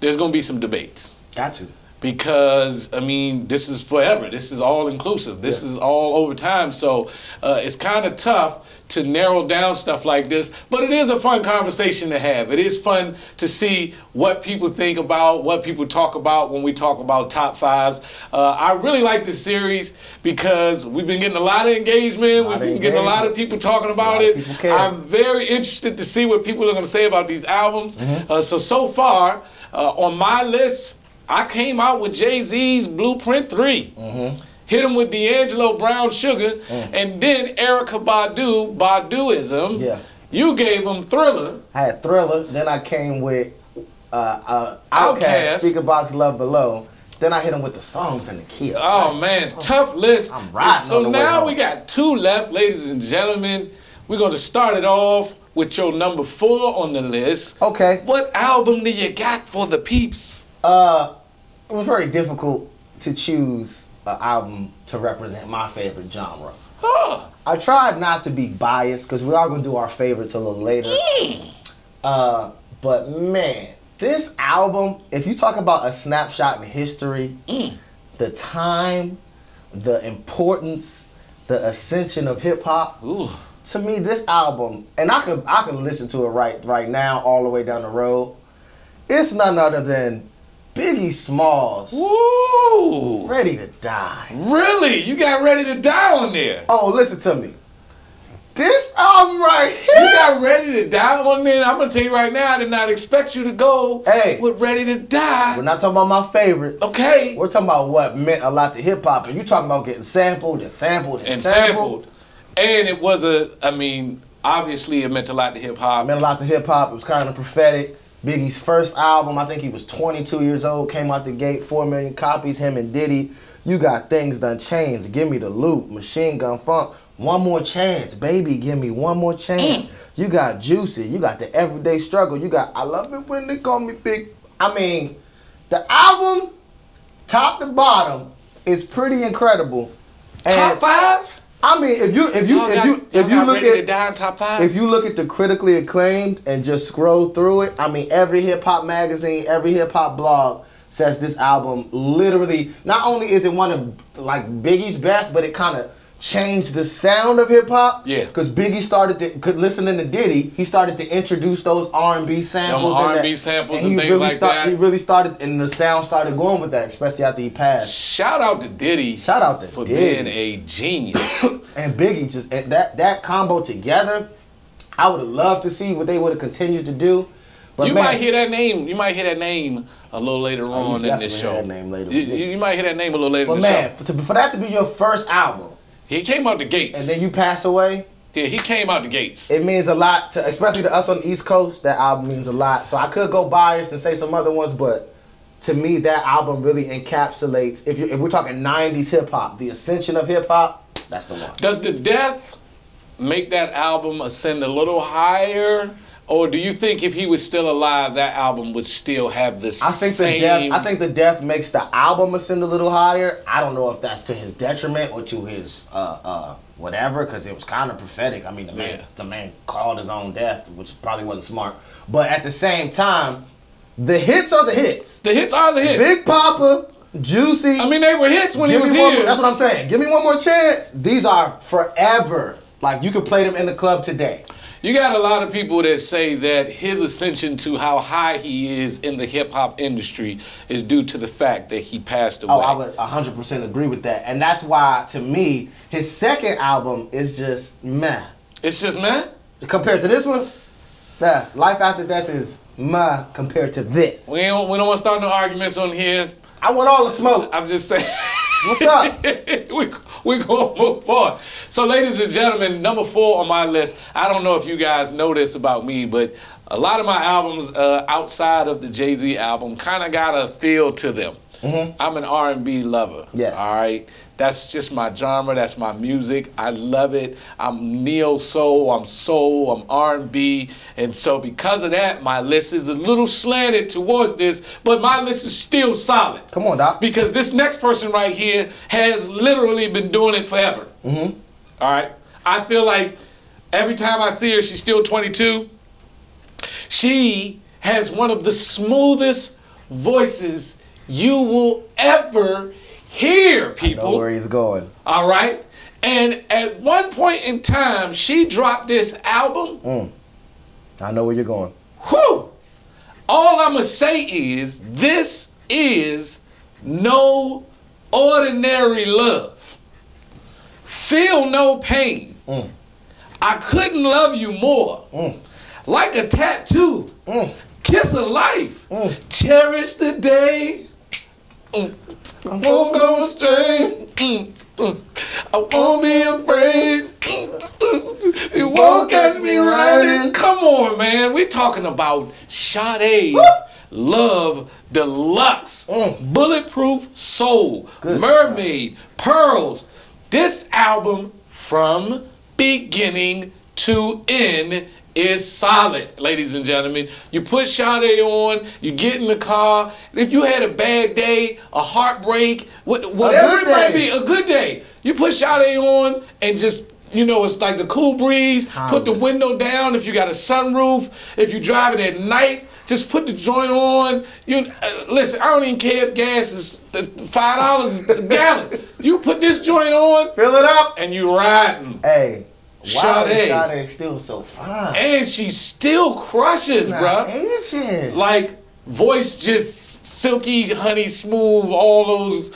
there's gonna be some debates Got you. because I mean, this is forever. This is all inclusive. This is all over time. So uh, it's kind of tough to narrow down stuff like this. But it is a fun conversation to have. It is fun to see what people think about, what people talk about when we talk about top fives. Uh, I really like this series because we've been getting a lot of engagement. We've of been getting a lot of engagement. people talking about of it. people care. I'm very interested to see what people are going to say about these albums. Mm-hmm. Uh, so so far uh, on my list, I came out with Jay Z's Blueprint 3 Mm-hmm. Hit him with D'Angelo Brown Sugar, Mm. and then Erica Badu Baduism. Yeah. You gave him Thriller. I had Thriller. Then I came with uh, uh, Outkast, Outkast. Speaker Box, Love Below. Then I hit him with the songs and the kill. Oh man, tough list. I'm riding So on the way now home. we got two left, ladies and gentlemen. We're gonna start it off with your number four on the list. Okay. What album do you got for the peeps? Uh, it was very difficult to choose an album to represent my favorite genre. Huh. I tried not to be biased because we are going to do our favorites a little later. Uh, but man, this album, if you talk about a snapshot in history, the time, the importance, the ascension of hip hop, Ooh. to me this album, and I could I could listen to it right right now all the way down the road. It's none other than Biggie Smalls, Ooh. Ready to Die. Really? You got ready to die on there? Oh, listen to me. This album right here. You got ready to die on there? I'm gonna tell you right now, I did not expect you to go Hey. with ready to We're die. not talking about my favorites. Okay. We're talking about what meant a lot to hip hop, and you talking about getting sampled and sampled and, and sampled. sampled. And it was a, I mean, obviously it meant a lot to hip hop. Meant a lot to hip hop. It was kind of prophetic. Biggie's first album, I think he was 22 years old, came out the gate, four million copies. Him and Diddy. You got things done changed. Give me the loop. Machine Gun Funk. One more chance, baby. Give me one more chance. Mm. You got Juicy. You got the Everyday Struggle. You got I love it when they call me big. I mean, the album, top to bottom, is pretty incredible. Top Oh, And five? I mean, if you if you Y'all if got- you y'all if you got look ready to at die in top five. if you look at the critically acclaimed and just scroll through it, I mean, every hip hop magazine, every hip hop blog says this album literally. Not only is it one of like Biggie's best, but it kind of changed the sound of hip hop. Yeah. Because Biggie started to could listening to Diddy, he started to introduce those R and B samples. and R&B that- samples he and things really like start- that. He really started, and the sound started going with that, especially after he passed. Shout out to Diddy. Shout out to for Diddy. being a genius. And Biggie just and that that combo together, I would have loved to see what they would have continued to do. But you man, Oh, might hear that name. You might hear that name a little later you on in this definitely show. hear that name later. You, you- you might hear that name a little later But in the man, show. for, to, for that to be your first album He came out the gates. and then you pass away, yeah, he came out the gates. it means a lot to, especially to us on the East Coast. That album means a lot. So I could go biased and say some other ones, but to me, that album really encapsulates. If, you, if we're talking '90s hip hop, the ascension of hip hop, that's the one. Does the death make that album ascend a little higher? Or do you think if he was still alive, that album would still have the I think same? the death. I think the death makes the album ascend a little higher. I don't know if that's to his detriment or to his uh uh whatever, because it was kind of prophetic. I mean, the man Yeah. the man called his own death, which probably wasn't smart. But at the same time, the hits are the hits. the hits are the hits. Big Papa, Juicy. I mean, they were hits when give he was me one here. More, that's what I'm saying. Give me one more chance. These are forever. Like you could play them in the club today. You got a lot of people that say that his ascension to how high he is in the hip hop industry is due to the fact that he passed away. Oh, I would 100% agree with that. And that's why, to me, his second album is just meh. It's just man. Compared to this one, nah, Life After Death is meh compared to this. We don't, we don't want to start no arguments on here. I want all the smoke. I'm just saying. What's up? we we gonna move on. So, ladies and gentlemen, number four on my list. I don't know if you guys know this about me, but a lot of my albums uh, outside of the Jay Z album kind of got a feel to them. I'm an R&B lover. Yes. All right. That's just my genre. That's my music. I love it. I'm neo soul. I'm soul. I'm R&B. And so because of that, my list is a little slanted towards this, but my list is still solid. Come on, Doc. Because this next person right here has literally been doing it forever. Mm-hmm. right. I feel like every time I see her, she's still 22. She has one of the smoothest voices you will ever hear, Know where people. he's going. All right. And at one point in time, she dropped this album. I know where you're going. Whew! All I'm going to say is this is no ordinary love. Feel no pain. I couldn't love you more. Like a tattoo. Kiss of life. Cherish the day. Mm. I won't go astray. Mm. Mm. I won't be afraid. Mm. You won't catch me riding. Come on, man. We're talking about Sade's Love Deluxe. Bulletproof Soul. Mermaid. Pearls. This album from beginning to end is solid, ladies and gentlemen. You put Sade on, you get in the car. If you had a bad day, a heartbreak, what, whatever it good may be, day. a good day, you put Sade on and just, you know, it's like the cool breeze. Put the Timeless. window down if you got a sunroof. If you driving at night, just put the joint on. You uh, listen. I don't even care if gas is uh, five dollars a gallon. You put this joint on Fill it up. and you riding. Hey. Wow, Sade. this Sade still so fine. And she still crushes, Not bruh. Aging. Like voice just silky, honey smooth, all those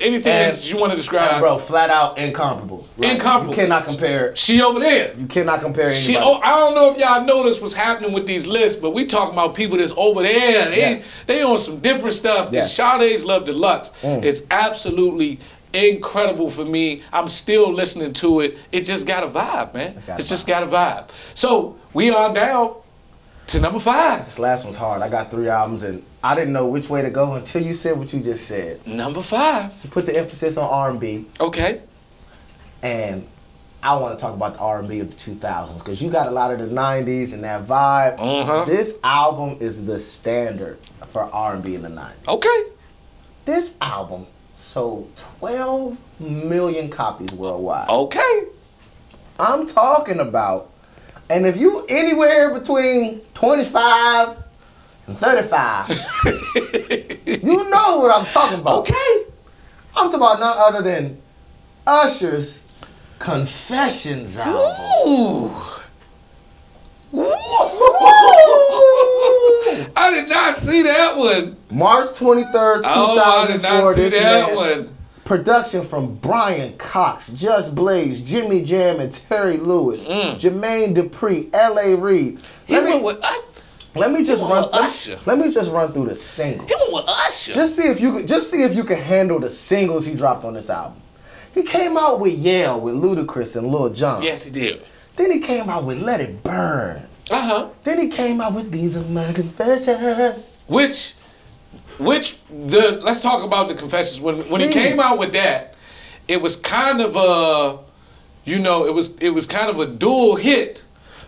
anything And- that you want to describe. And bro, flat out incomparable. Like, Incomparable. You cannot compare. She over there. You cannot compare anybody. She, oh, I don't know if y'all noticed what's happening with these lists, but we talking about people that's over there. They, Yes. they on some different stuff. Yes. Mm. Sade's Love Deluxe is absolutely incredible for me. I'm still listening to it. It just got a vibe, man. It got a just got a vibe. So we are down to number five. This last one's hard. I got three albums and I didn't know which way to go until you said what you just said. Number five. You put the emphasis on R&B Okay. and I want to talk about the R&B of the 2000s because you got a lot of the 90s and that vibe. Uh-huh. This album is the standard for R&B in the 90s. Okay. This album sold 12 million copies worldwide. Oh. Okay. I'm talking about. And if you anywhere between 25 and 35, you know what I'm talking about. Okay. I'm talking about none other than Usher's Confessions album. Ooh. I did not see that one. March 23rd, 2004. Oh, I did not see this that man- one. Production from Brian Cox, Just Blaze, Jimmy Jam, and Terry Lewis, Jermaine Dupri, L.A. Reid. Mm. He Let me, went with I, let me just went run. with Let me, Usher. let me just run through the singles. he went with Usher. Just see if you could. Just see if you can handle the singles he dropped on this album. He came out with Yale with Ludacris and Lil Jon. yes, he did. Then he came out with Let It Burn. Uh huh. Then he came out with These Are My Confessions. Which, which the let's talk about the confessions. When when he Please. came out with that, it was kind of a, you know, it was it was kind of a dual hit,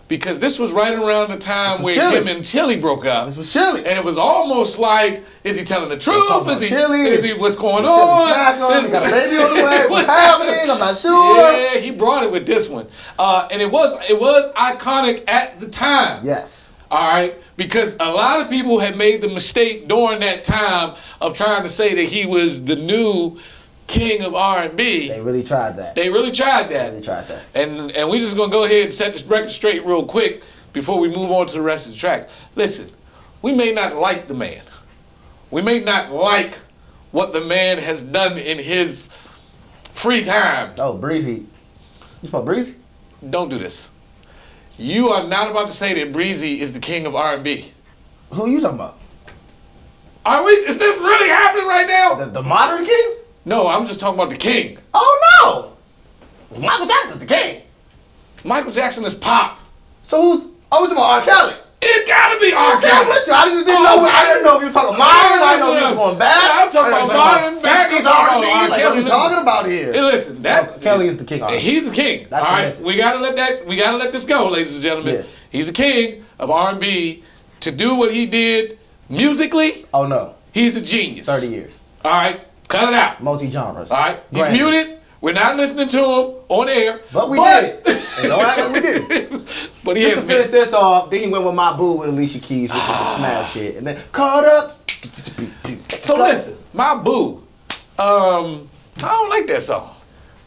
because this was right around the time This was where Chili. him and Chili broke up. This was Chili. and it was almost like, is he telling the truth? talking Is about he? Chili. Is he? What's going Chili on? smack on. Is- He got a baby on the way. What's What's happening? I'm not sure. Yeah, he brought it with this one, uh, and it was it was iconic at the time. Yes. All right, because a lot of people had made the mistake during that time of trying to say that he was the new king of R and B. They really tried that. They really tried that. really tried that. And and we're just gonna go ahead and set this record straight real quick before we move on to the rest of the tracks. Listen, we may not like the man. We may not like what the man has done in his free time. Oh, Breezy. You spell Breezy? Don't do this. You are not about to say that Breezy is the king of R and B. Who you talking about? Are we? Is this really happening right now? The, the modern king? No, I'm just talking about the king. Oh no! Michael Jackson's the king. Michael Jackson is pop. So who's? Oh, we talking about R. Kelly? It gotta be R. Okay, I'm Kelly. with you. I just didn't Oh, know. I didn't know if you were talking modern. I didn't know if you were going back. I'm talking I didn't about know if you were modern, back, I'm talking about talking R. about 60s R&B. Like, what are Kelly. we talking about here? Hey, listen, that Oh, Kelly is the king. Hey, He's the king. That's all right, cemented. we gotta let that. We gotta let this go, ladies and gentlemen. Yeah. He's the king of R&B. To do what he did musically, oh no, he's a genius. thirty years, All right, cut it out. multi genres. All right, he's muted. We're not listening to him on air. but we did it. And don't act like we did it. But he Just is to finish been- this off, then he went with my boo with Alicia Keys, which was Ah. a smash shit, and then caught up. So listen, my boo. Um, I don't like that song.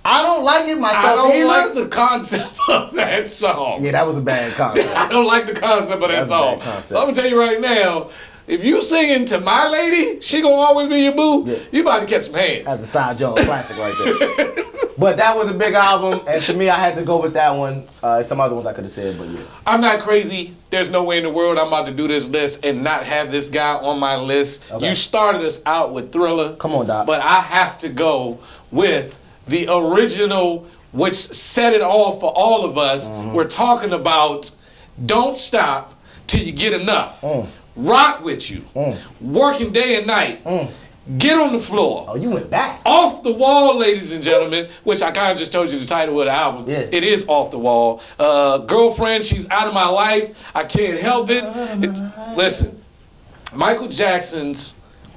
I don't like it myself I don't either. like the concept of that song. yeah, that was a bad concept. I don't like the concept of that That's a song. bad concept. So I'm gonna tell you right now, if you singing to my lady, she gonna always be your boo. Yeah. You about to catch some hands. That's a Cy Jones classic right there. but that was a big album, and to me, I had to go with that one. Uh, some other ones I could have said, but yeah. I'm not crazy. There's no way in the world I'm about to do this list and not have this guy on my list. Okay. You started us out with Thriller. Come on, Doc. But I have to go with the original, which set it all for all of us. Mm-hmm. We're talking about don't stop till you get enough. Mm. Rock with you. Working day and night. Get on the floor. Mm. Oh, you went back. Off the Wall, ladies and gentlemen, which I kind of just told you the title of the album. Yeah. It is Off the Wall. Uh, girlfriend, she's out of my life. I can't help it. It- listen, Michael Jackson's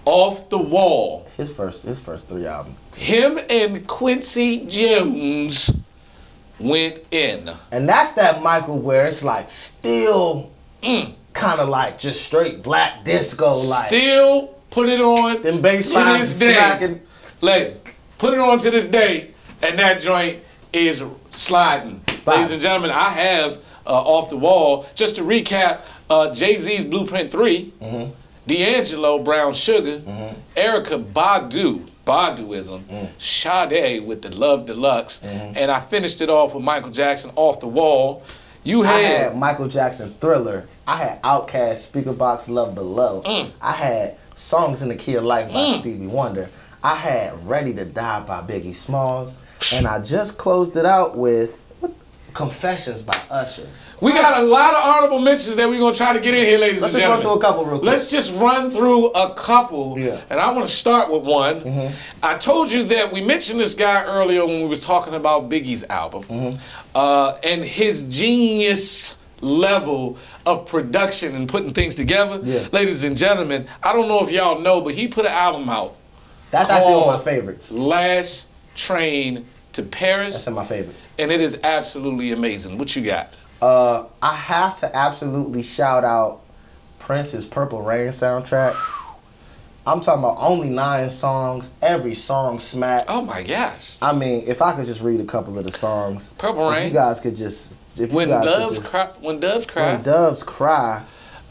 Off the Wall, His first, his first three albums, him and Quincy Jones went in. and that's that Michael where it's like still kind of like just straight black disco, like Mm. Still put it on them bass to lines this day. smacking. Like, put it on to this day, and that joint is sliding. Sliding. Ladies and gentlemen, I have uh, off the wall. Just to recap, uh, Jay Z's Blueprint 3 Mm-hmm. D'Angelo Brown Sugar, Erica Badu. Baduism, Mm. Sade with the Love Deluxe, Mm-hmm. and I finished it off with Michael Jackson off the wall. You I had, had Michael Jackson Thriller. I had Outkast, Speaker Box, Love Below. Mm. I had Songs in the Key of Life by Stevie Wonder. I had Ready to Die by Biggie Smalls. And I just closed it out with what, Confessions by Usher. we got a lot of honorable mentions that we're gonna try to get in here, ladies Let's and just gentlemen. run through a couple real quick. Let's just run through a couple. Yeah. Mm-hmm. And I want to start with one. I told you that we mentioned this guy earlier when we was talking about Biggie's album Mm-hmm. uh, and his genius level of production and putting things together. Yeah. Ladies and gentlemen, I don't know if y'all know, but he put an album out, That's actually one of Oh. my favorites. Last Train to Paris, That's in my favorites. and it is absolutely amazing. What you got? Uh, I have to absolutely shout out Prince's Purple Rain soundtrack. I'm talking about only nine songs. Every song smack. Oh my gosh. I mean, if I could just read a couple of the songs, Purple if Rain. You guys could just if When you guys could doves just- cry, when doves cry, Uh, When doves cry.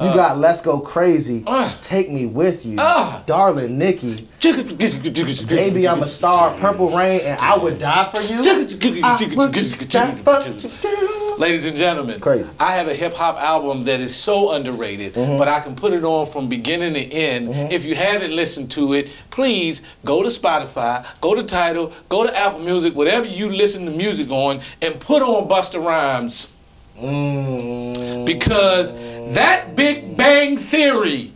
You got Let's Go Crazy, Ah. Take Me With You, Ah. Darling Nikki, Baby, Baby I'm a Star, Purple Rain, and I Would Die For You. I would die for you. Ladies and gentlemen, Crazy. I have a hip hop album that is so underrated, but I can put it on from beginning to end. If you haven't listened to it, please go to Spotify, go to Tidal, go to Apple Music, whatever you listen to music on, and put on Busta Rhymes Mm. because that Big Bang Theory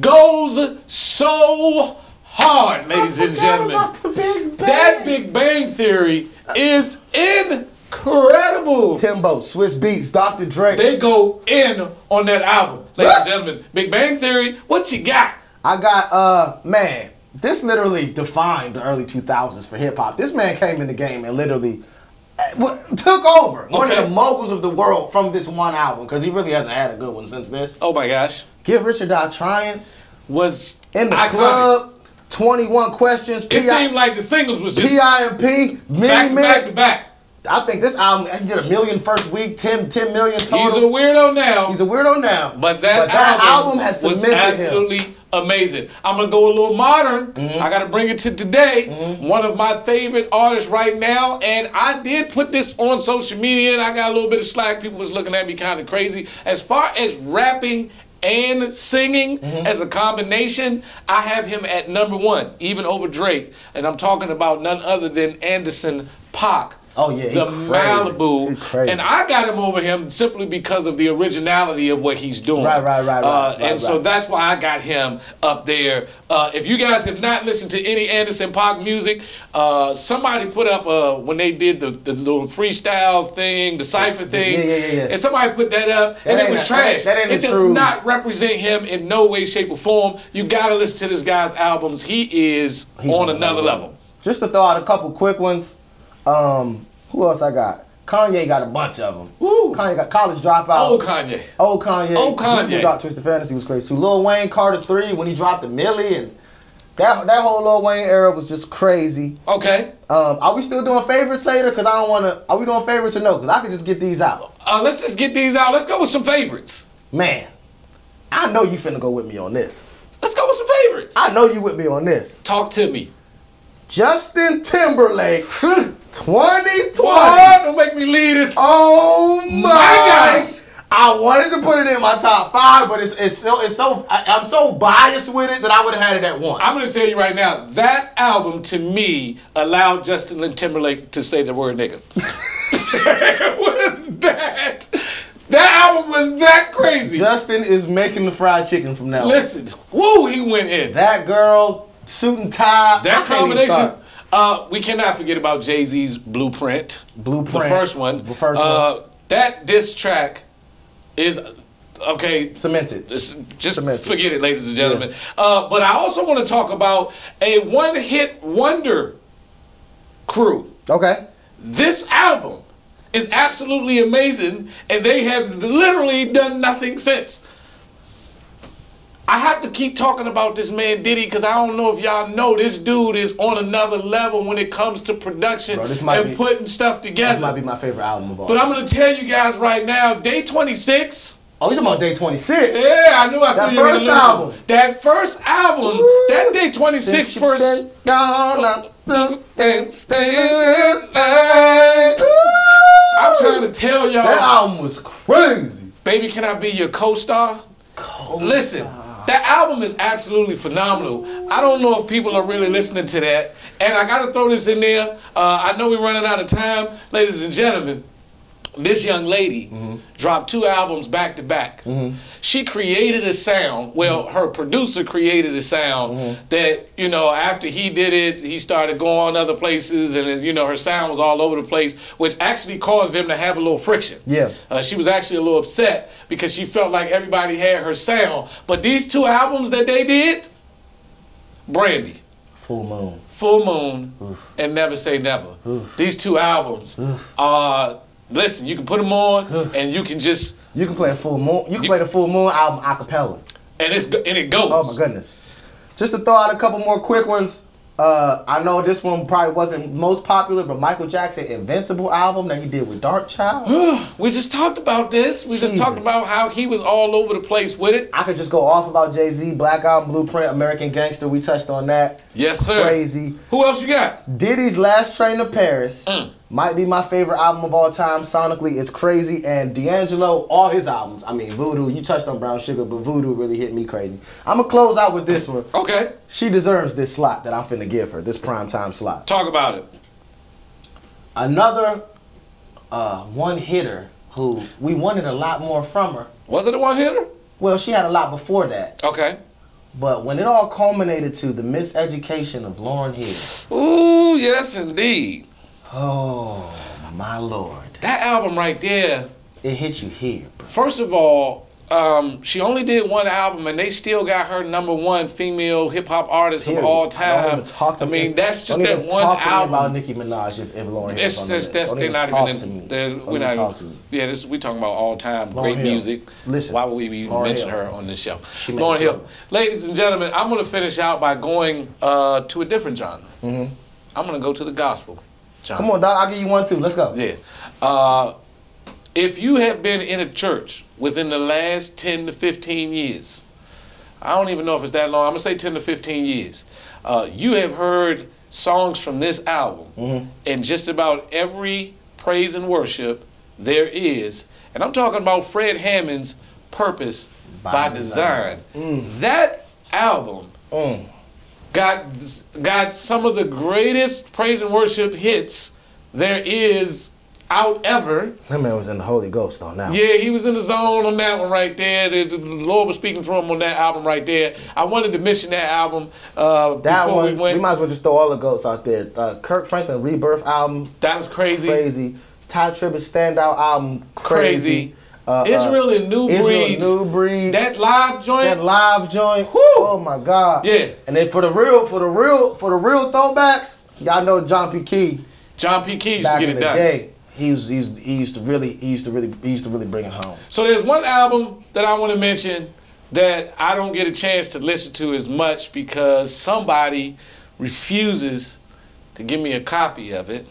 goes so hard, ladies and gentlemen. That Big Bang Theory is incredible. Timbo, Swiss Beats, Dr. Dre. They go in on that album, ladies and gentlemen. Big Bang Theory, what you got? I got uh man, this literally defined the early 2000s for hip hop. This man came in the game and literally eh, wa- took over one of Okay. the moguls of the world from this one album because he really hasn't had a good one since this. Oh my gosh, Give Richard Die Trying was in the iconic. club. 21 questions. It P.I. seemed like the singles was just P.I. and P. back to Mini back to Man. back. I think this album he did a million first week, 10, 10 million total. He's a weirdo now. He's a weirdo now. But that, album, has was cemented him. Mm-hmm. absolutely amazing. I'm gonna go a little modern. I gotta bring it to today. One of my favorite artists right now, and I did put this on social media, and I got a little bit of slack. People was looking at me kind of crazy. As far as rapping and singing Mm-hmm. as a combination, I have him at number one, even over Drake, and I'm talking about none other than Anderson Pac. Oh, yeah, he the crazy. He Malibu, crazy. and I got him over him simply because of the originality of what he's doing. Right, right, right, right, Uh, right, and so right. that's why I got him up there. Uh, if you guys have not listened to any Anderson Park music, uh, somebody put up uh, when they did the, the little freestyle thing, the cipher thing, yeah, yeah, yeah. and somebody put that up, and ain't it was a- trash. that ain't a it does true- not represent him in no way, shape, or form. You gotta listen to this guy's albums. He is on another level. Just to throw out a couple quick ones. Um, who else I got? Kanye got a bunch of them. Woo. Kanye got College Dropout. Oh, Kanye. Old Kanye. Old Kanye. Who dropped Twisted Fantasy was crazy too. Lil Wayne Carter three when he dropped the Millie and that that whole Lil Wayne era was just crazy. Okay. Um, are we still doing favorites later? Cause I don't wanna. Are we doing favorites or no? Cause I could just get these out. Uh, let's just get these out. Let's go with some favorites. Man, I know you finna go with me on this. Let's go with some favorites. I know you with me on this. Talk to me. Justin Timberlake, 2020. What? Don't make me leave this. Oh my, My gosh. I wanted to put it in my top five, but it's it's so it's so I, I'm so biased with it that I would have had it at one. I'm gonna tell you right now. That album to me allowed Justin Timberlake to say the word nigga. what is that? That album was that crazy. Justin is making the fried chicken from now. on. Listen, woo, he went in. That, that girl suit and tie. I can't even combination. start. Uh, we cannot forget about Jay Z's Blueprint. Blueprint. The first one. The first uh, That diss track is okay. cemented. It's- just Cemented. forget it, ladies and gentlemen. Uh, but I also want to talk about a one-hit wonder crew. Okay. This album is absolutely amazing, and they have literally done nothing since. I have to keep talking about this man Diddy because I don't know if y'all know this dude is on another level when it comes to production Bro, this might and be- putting stuff This together. might be my favorite album of all. but I'm gonna tell you guys right now, day 26. oh, you talking about day 26? Yeah, I knew I That threw you in the first loop. album. That first album. that day 26 Since you first. been gone, I'm thirsty, Staying alive. I'm trying to tell y'all, That album was crazy. baby, can I be your co-star? Listen, that album is absolutely phenomenal. I don't know if people are really listening to that, and I gotta throw this in there. Uh, I know we're running out of time, ladies and gentlemen. This young lady dropped two albums back to back. She created a sound. Well, her producer created a sound that you know. After he did it, he started going other places, and you know her sound was all over the place, which actually caused them to have a little friction. Yeah. Uh, she was actually a little upset because she felt like everybody had her sound. But these two albums that they did, Brandy, Full moon. Full Moon, and Never Say Never. These two albums are, listen, you can put them on and you can just, You can play a full moon. You can play the full moon album a cappella. and, it's, go- and it goes. Oh my Oh, goodness. Just Just to throw out a couple more quick ones. Uh, I know this one probably wasn't most popular, but Michael Jackson Invincible album that he did with Dark Child. We just talked about this. We just talked Jesus. about how he was all over the place with it. I could just go off about Jay Z, Black Album, Blueprint, American Gangster. We touched on that. Yes, sir. Crazy. Who else you got? Diddy's Last Train to Paris might be my favorite album of all time. Sonically, it's crazy. And D'Angelo, all his albums. I mean, Voodoo, you touched on Brown Sugar, but Voodoo really hit me crazy. I'm going to close out with this one. Okay, She deserves this slot that I'm finna give her, this prime time slot. talk about it. Another uh, one hitter who we wanted a lot more from her. Was it a one hitter? Well, she had a lot before that, Okay. but when it all culminated to the miseducation of Lauren Hill, Ooh, yes, indeed. oh my lord, That album right there. it hit you here, bro. First of all, um, she only did one album, and they still got her number one female hip hop artist Period. of all Don't time. even talk to I me. mean, that's just Don't that even one talk to me album. about Nicki Minaj if, if Lauren Hill. It's on just the that's, list. Don't they're even not talk even. to me. in- they're- Don't we're even not talk to me. Yeah, this we talking about all time Lauryn great Hill. music. Listen, why would we even Lauryn mention Hill. her on this show? She made Lauren it Hill, public. ladies and gentlemen, I'm going to finish out by going uh, to a different genre. I'm going to go to the gospel. Genre. Mm-hmm. Come on, dog. I'll give you one too. Let's go. Yeah. Uh, if you have been in a church within the last 10 to 15 years, I don't even know if it's that long, I'm going to say 10 to 15 years, uh, you have heard songs from this album and just about every praise and worship there is. And I'm talking about Fred Hammond's Purpose by, By Design. That album Mm. got got some of the greatest praise and worship hits there is out ever. That man was in the Holy Ghost on that. one. Yeah, he was in the zone on that one right there. The, the Lord was speaking through him on that album right there. I wanted to mention that album uh, That before one, we we, went. might as well just throw all the goats out there. Uh, Kirk Franklin Rebirth album, that was crazy. crazy. Ty Tribbett's standout album, crazy. Crazy. Uh, Israel and New Israel Breeds. New Breed. That live joint. That live joint. Oh my God. Yeah. And then for the real, for the real, for the real throwbacks, y'all know John P. Key John P. Key used to back get in it the done. day. He was, he was he used to really he used to really he used to really bring it home. So there's one album that I want to mention that I don't get a chance to listen to as much because somebody refuses to give me a copy of it.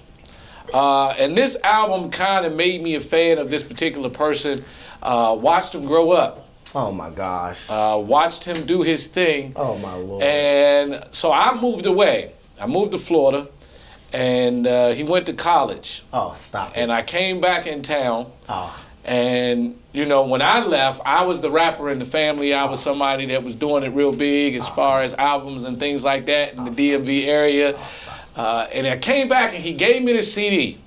Uh, and this album kind of made me a fan of this particular person. Uh, watched him grow up. Oh my gosh. Uh, watched him do his thing. oh my lord. And so I moved away. I moved to Florida, and uh, he went to college. oh stop. And And I came back in town. oh. And you know, when I left, I was the rapper in the family. I was somebody that was doing it real big as far as albums and things like that in the DMV area. Uh, and I came back, and he gave me the CD,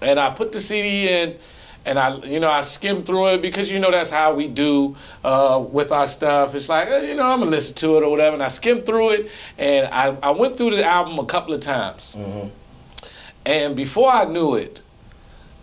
and I put the CD in, and I, you know, I skimmed through it because you know that's how we do uh, with our stuff. It's like, eh, you know, I'm gonna listen to it or whatever. And I skimmed through it, and I, I went through the album a couple of times. And before I knew it,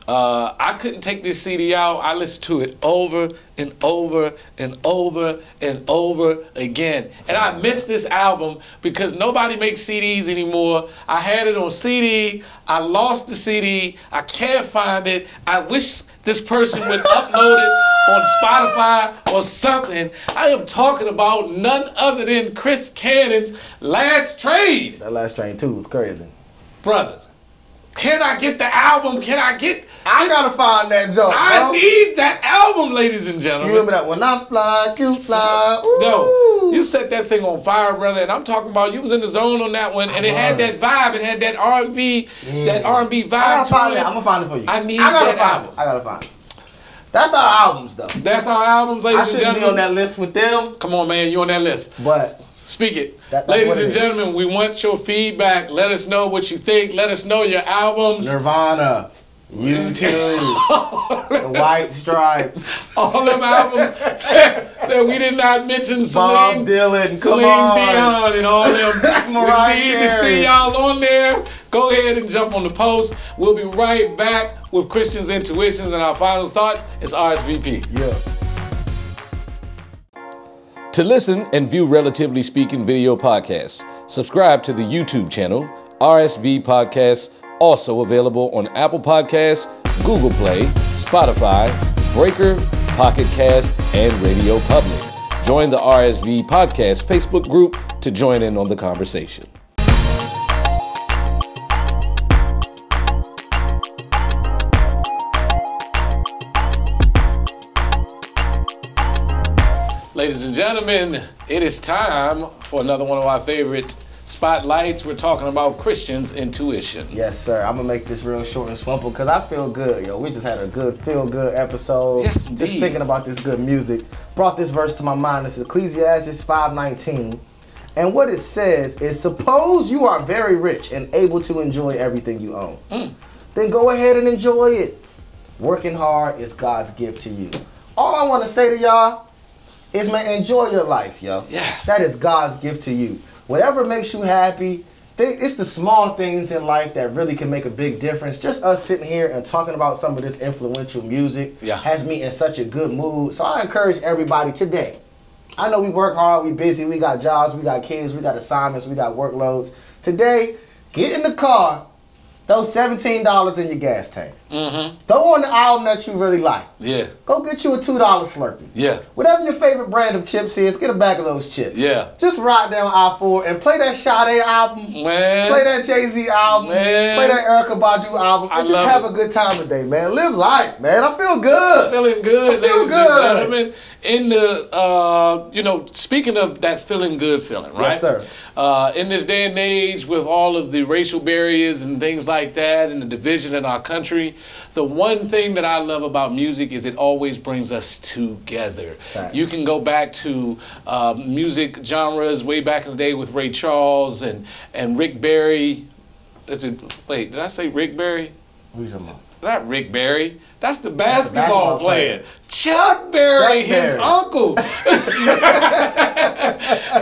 uh, I couldn't take this CD out. I listened to it over and over and over and over again. And I missed this album because nobody makes CDs anymore. I had it on CD. I lost the CD. I can't find it. I wish this person would upload it on Spotify or something. I am talking about none other than Chris Cannon's Last Trade That last train too was crazy. brother. Can I get the album? Can I get? I gotta find that joke. I bro. need that album, ladies and You gentlemen. remember that when I fly, you fly. Ooh. No, you set that thing on fire, brother. And I'm talking about you was in the zone on that one, and it had that was. vibe. It had that R&B, that R&B vibe. I gotta to find it. it. I'm gonna find it for you. I need I gotta that find album. it. I gotta find it. That's our albums though. That's our albums, ladies I and shouldn't be gentlemen. on that list with them, Come on, man, you on that list? but Speak it. That- that's Ladies what it and is. gentlemen, we want your feedback. Let us know what you think. Let us know your albums. Nirvana, U2, the White Stripes, all them albums that, that we did not mention. Bob Celine, Dylan, come Celine on. Dion and all them. Mariah we need to see Carey. y'all on there. Go ahead and jump on the post. We'll be right back with Christian's intuitions and our final thoughts. It's RSVP. Yeah. To listen and view Relatively Speaking video podcasts, subscribe to the YouTube channel, RSV Podcasts, also available on Apple Podcasts, Google Play, Spotify, Breaker, Pocket Cast, and Radio Public. Join the RSV Podcast Facebook group to join in on the conversation. Ladies and gentlemen, it is time for another one of our favorite spotlights. We're talking about Christian's intuition. Yes, sir. I'm gonna make this real short and swimpy because I feel good, yo. We just had a good, feel good episode. Yes, Just indeed. thinking about this good music brought this verse to my mind. This is Ecclesiastes 5:19, and what it says is, suppose you are very rich and able to enjoy everything you own, Hmm. then go ahead and enjoy it. Working hard is God's gift to you. All I want to say to y'all is, man, enjoy your life, yo. Yes. That is God's gift to you. Whatever makes you happy, th- it's the small things in life that really can make a big difference. Just us sitting here and talking about some of this influential music Yeah. has me in such a good mood. So I encourage everybody today. I know we work hard, we busy, we got jobs, we got kids, we got assignments, we got workloads. Today, get in the car, throw seventeen dollars in your gas tank. Throw on the album that you really like. Mm-hmm. Yeah. Go get you a two dollar Slurpee. Yeah. Whatever your favorite brand of chips is, get a bag of those chips. Yeah. Just ride down I four and play that Sade album. Man. Play that Jay Z album. Man. Play that Erica Badu album. I and just love have it. a good time today, man. Live life, man. I feel good. feeling good, I feel ladies good. and gentlemen. In the, uh, you know, speaking of that feeling good feeling, right? sir. Uh, in this day and age, with all of the racial barriers and things like that, and the division in our country, the one thing that I love about music is it always brings us together. Facts. You can go back to uh, music genres way back in the day with Ray Charles and and Rick Barry. Is it, wait, did I say Rick Barry? Who's your mom? Not Rick Barry. That's the the basketball basketball, player. player. Chuck Berry, his Chuck Berry. uncle.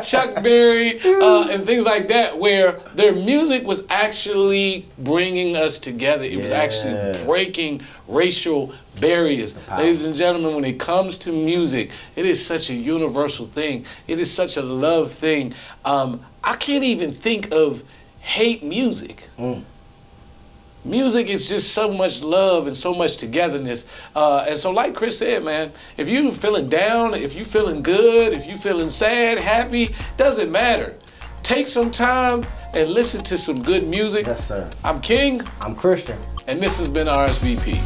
Chuck Berry uh, and things like that, where their music was actually bringing us together. It was Yeah. actually breaking racial barriers. Ladies and gentlemen, when it comes to music, it is such a universal thing, it is such a love thing. Um, I can't even think of hate music. Music is just so much love and so much togetherness. Uh, and so, like Chris said, man, if you feeling down, if you feeling good, if you feeling sad, happy, doesn't matter. Take some time and listen to some good music. Yes, sir. I'm King, I'm Christian. and this has been RSVP.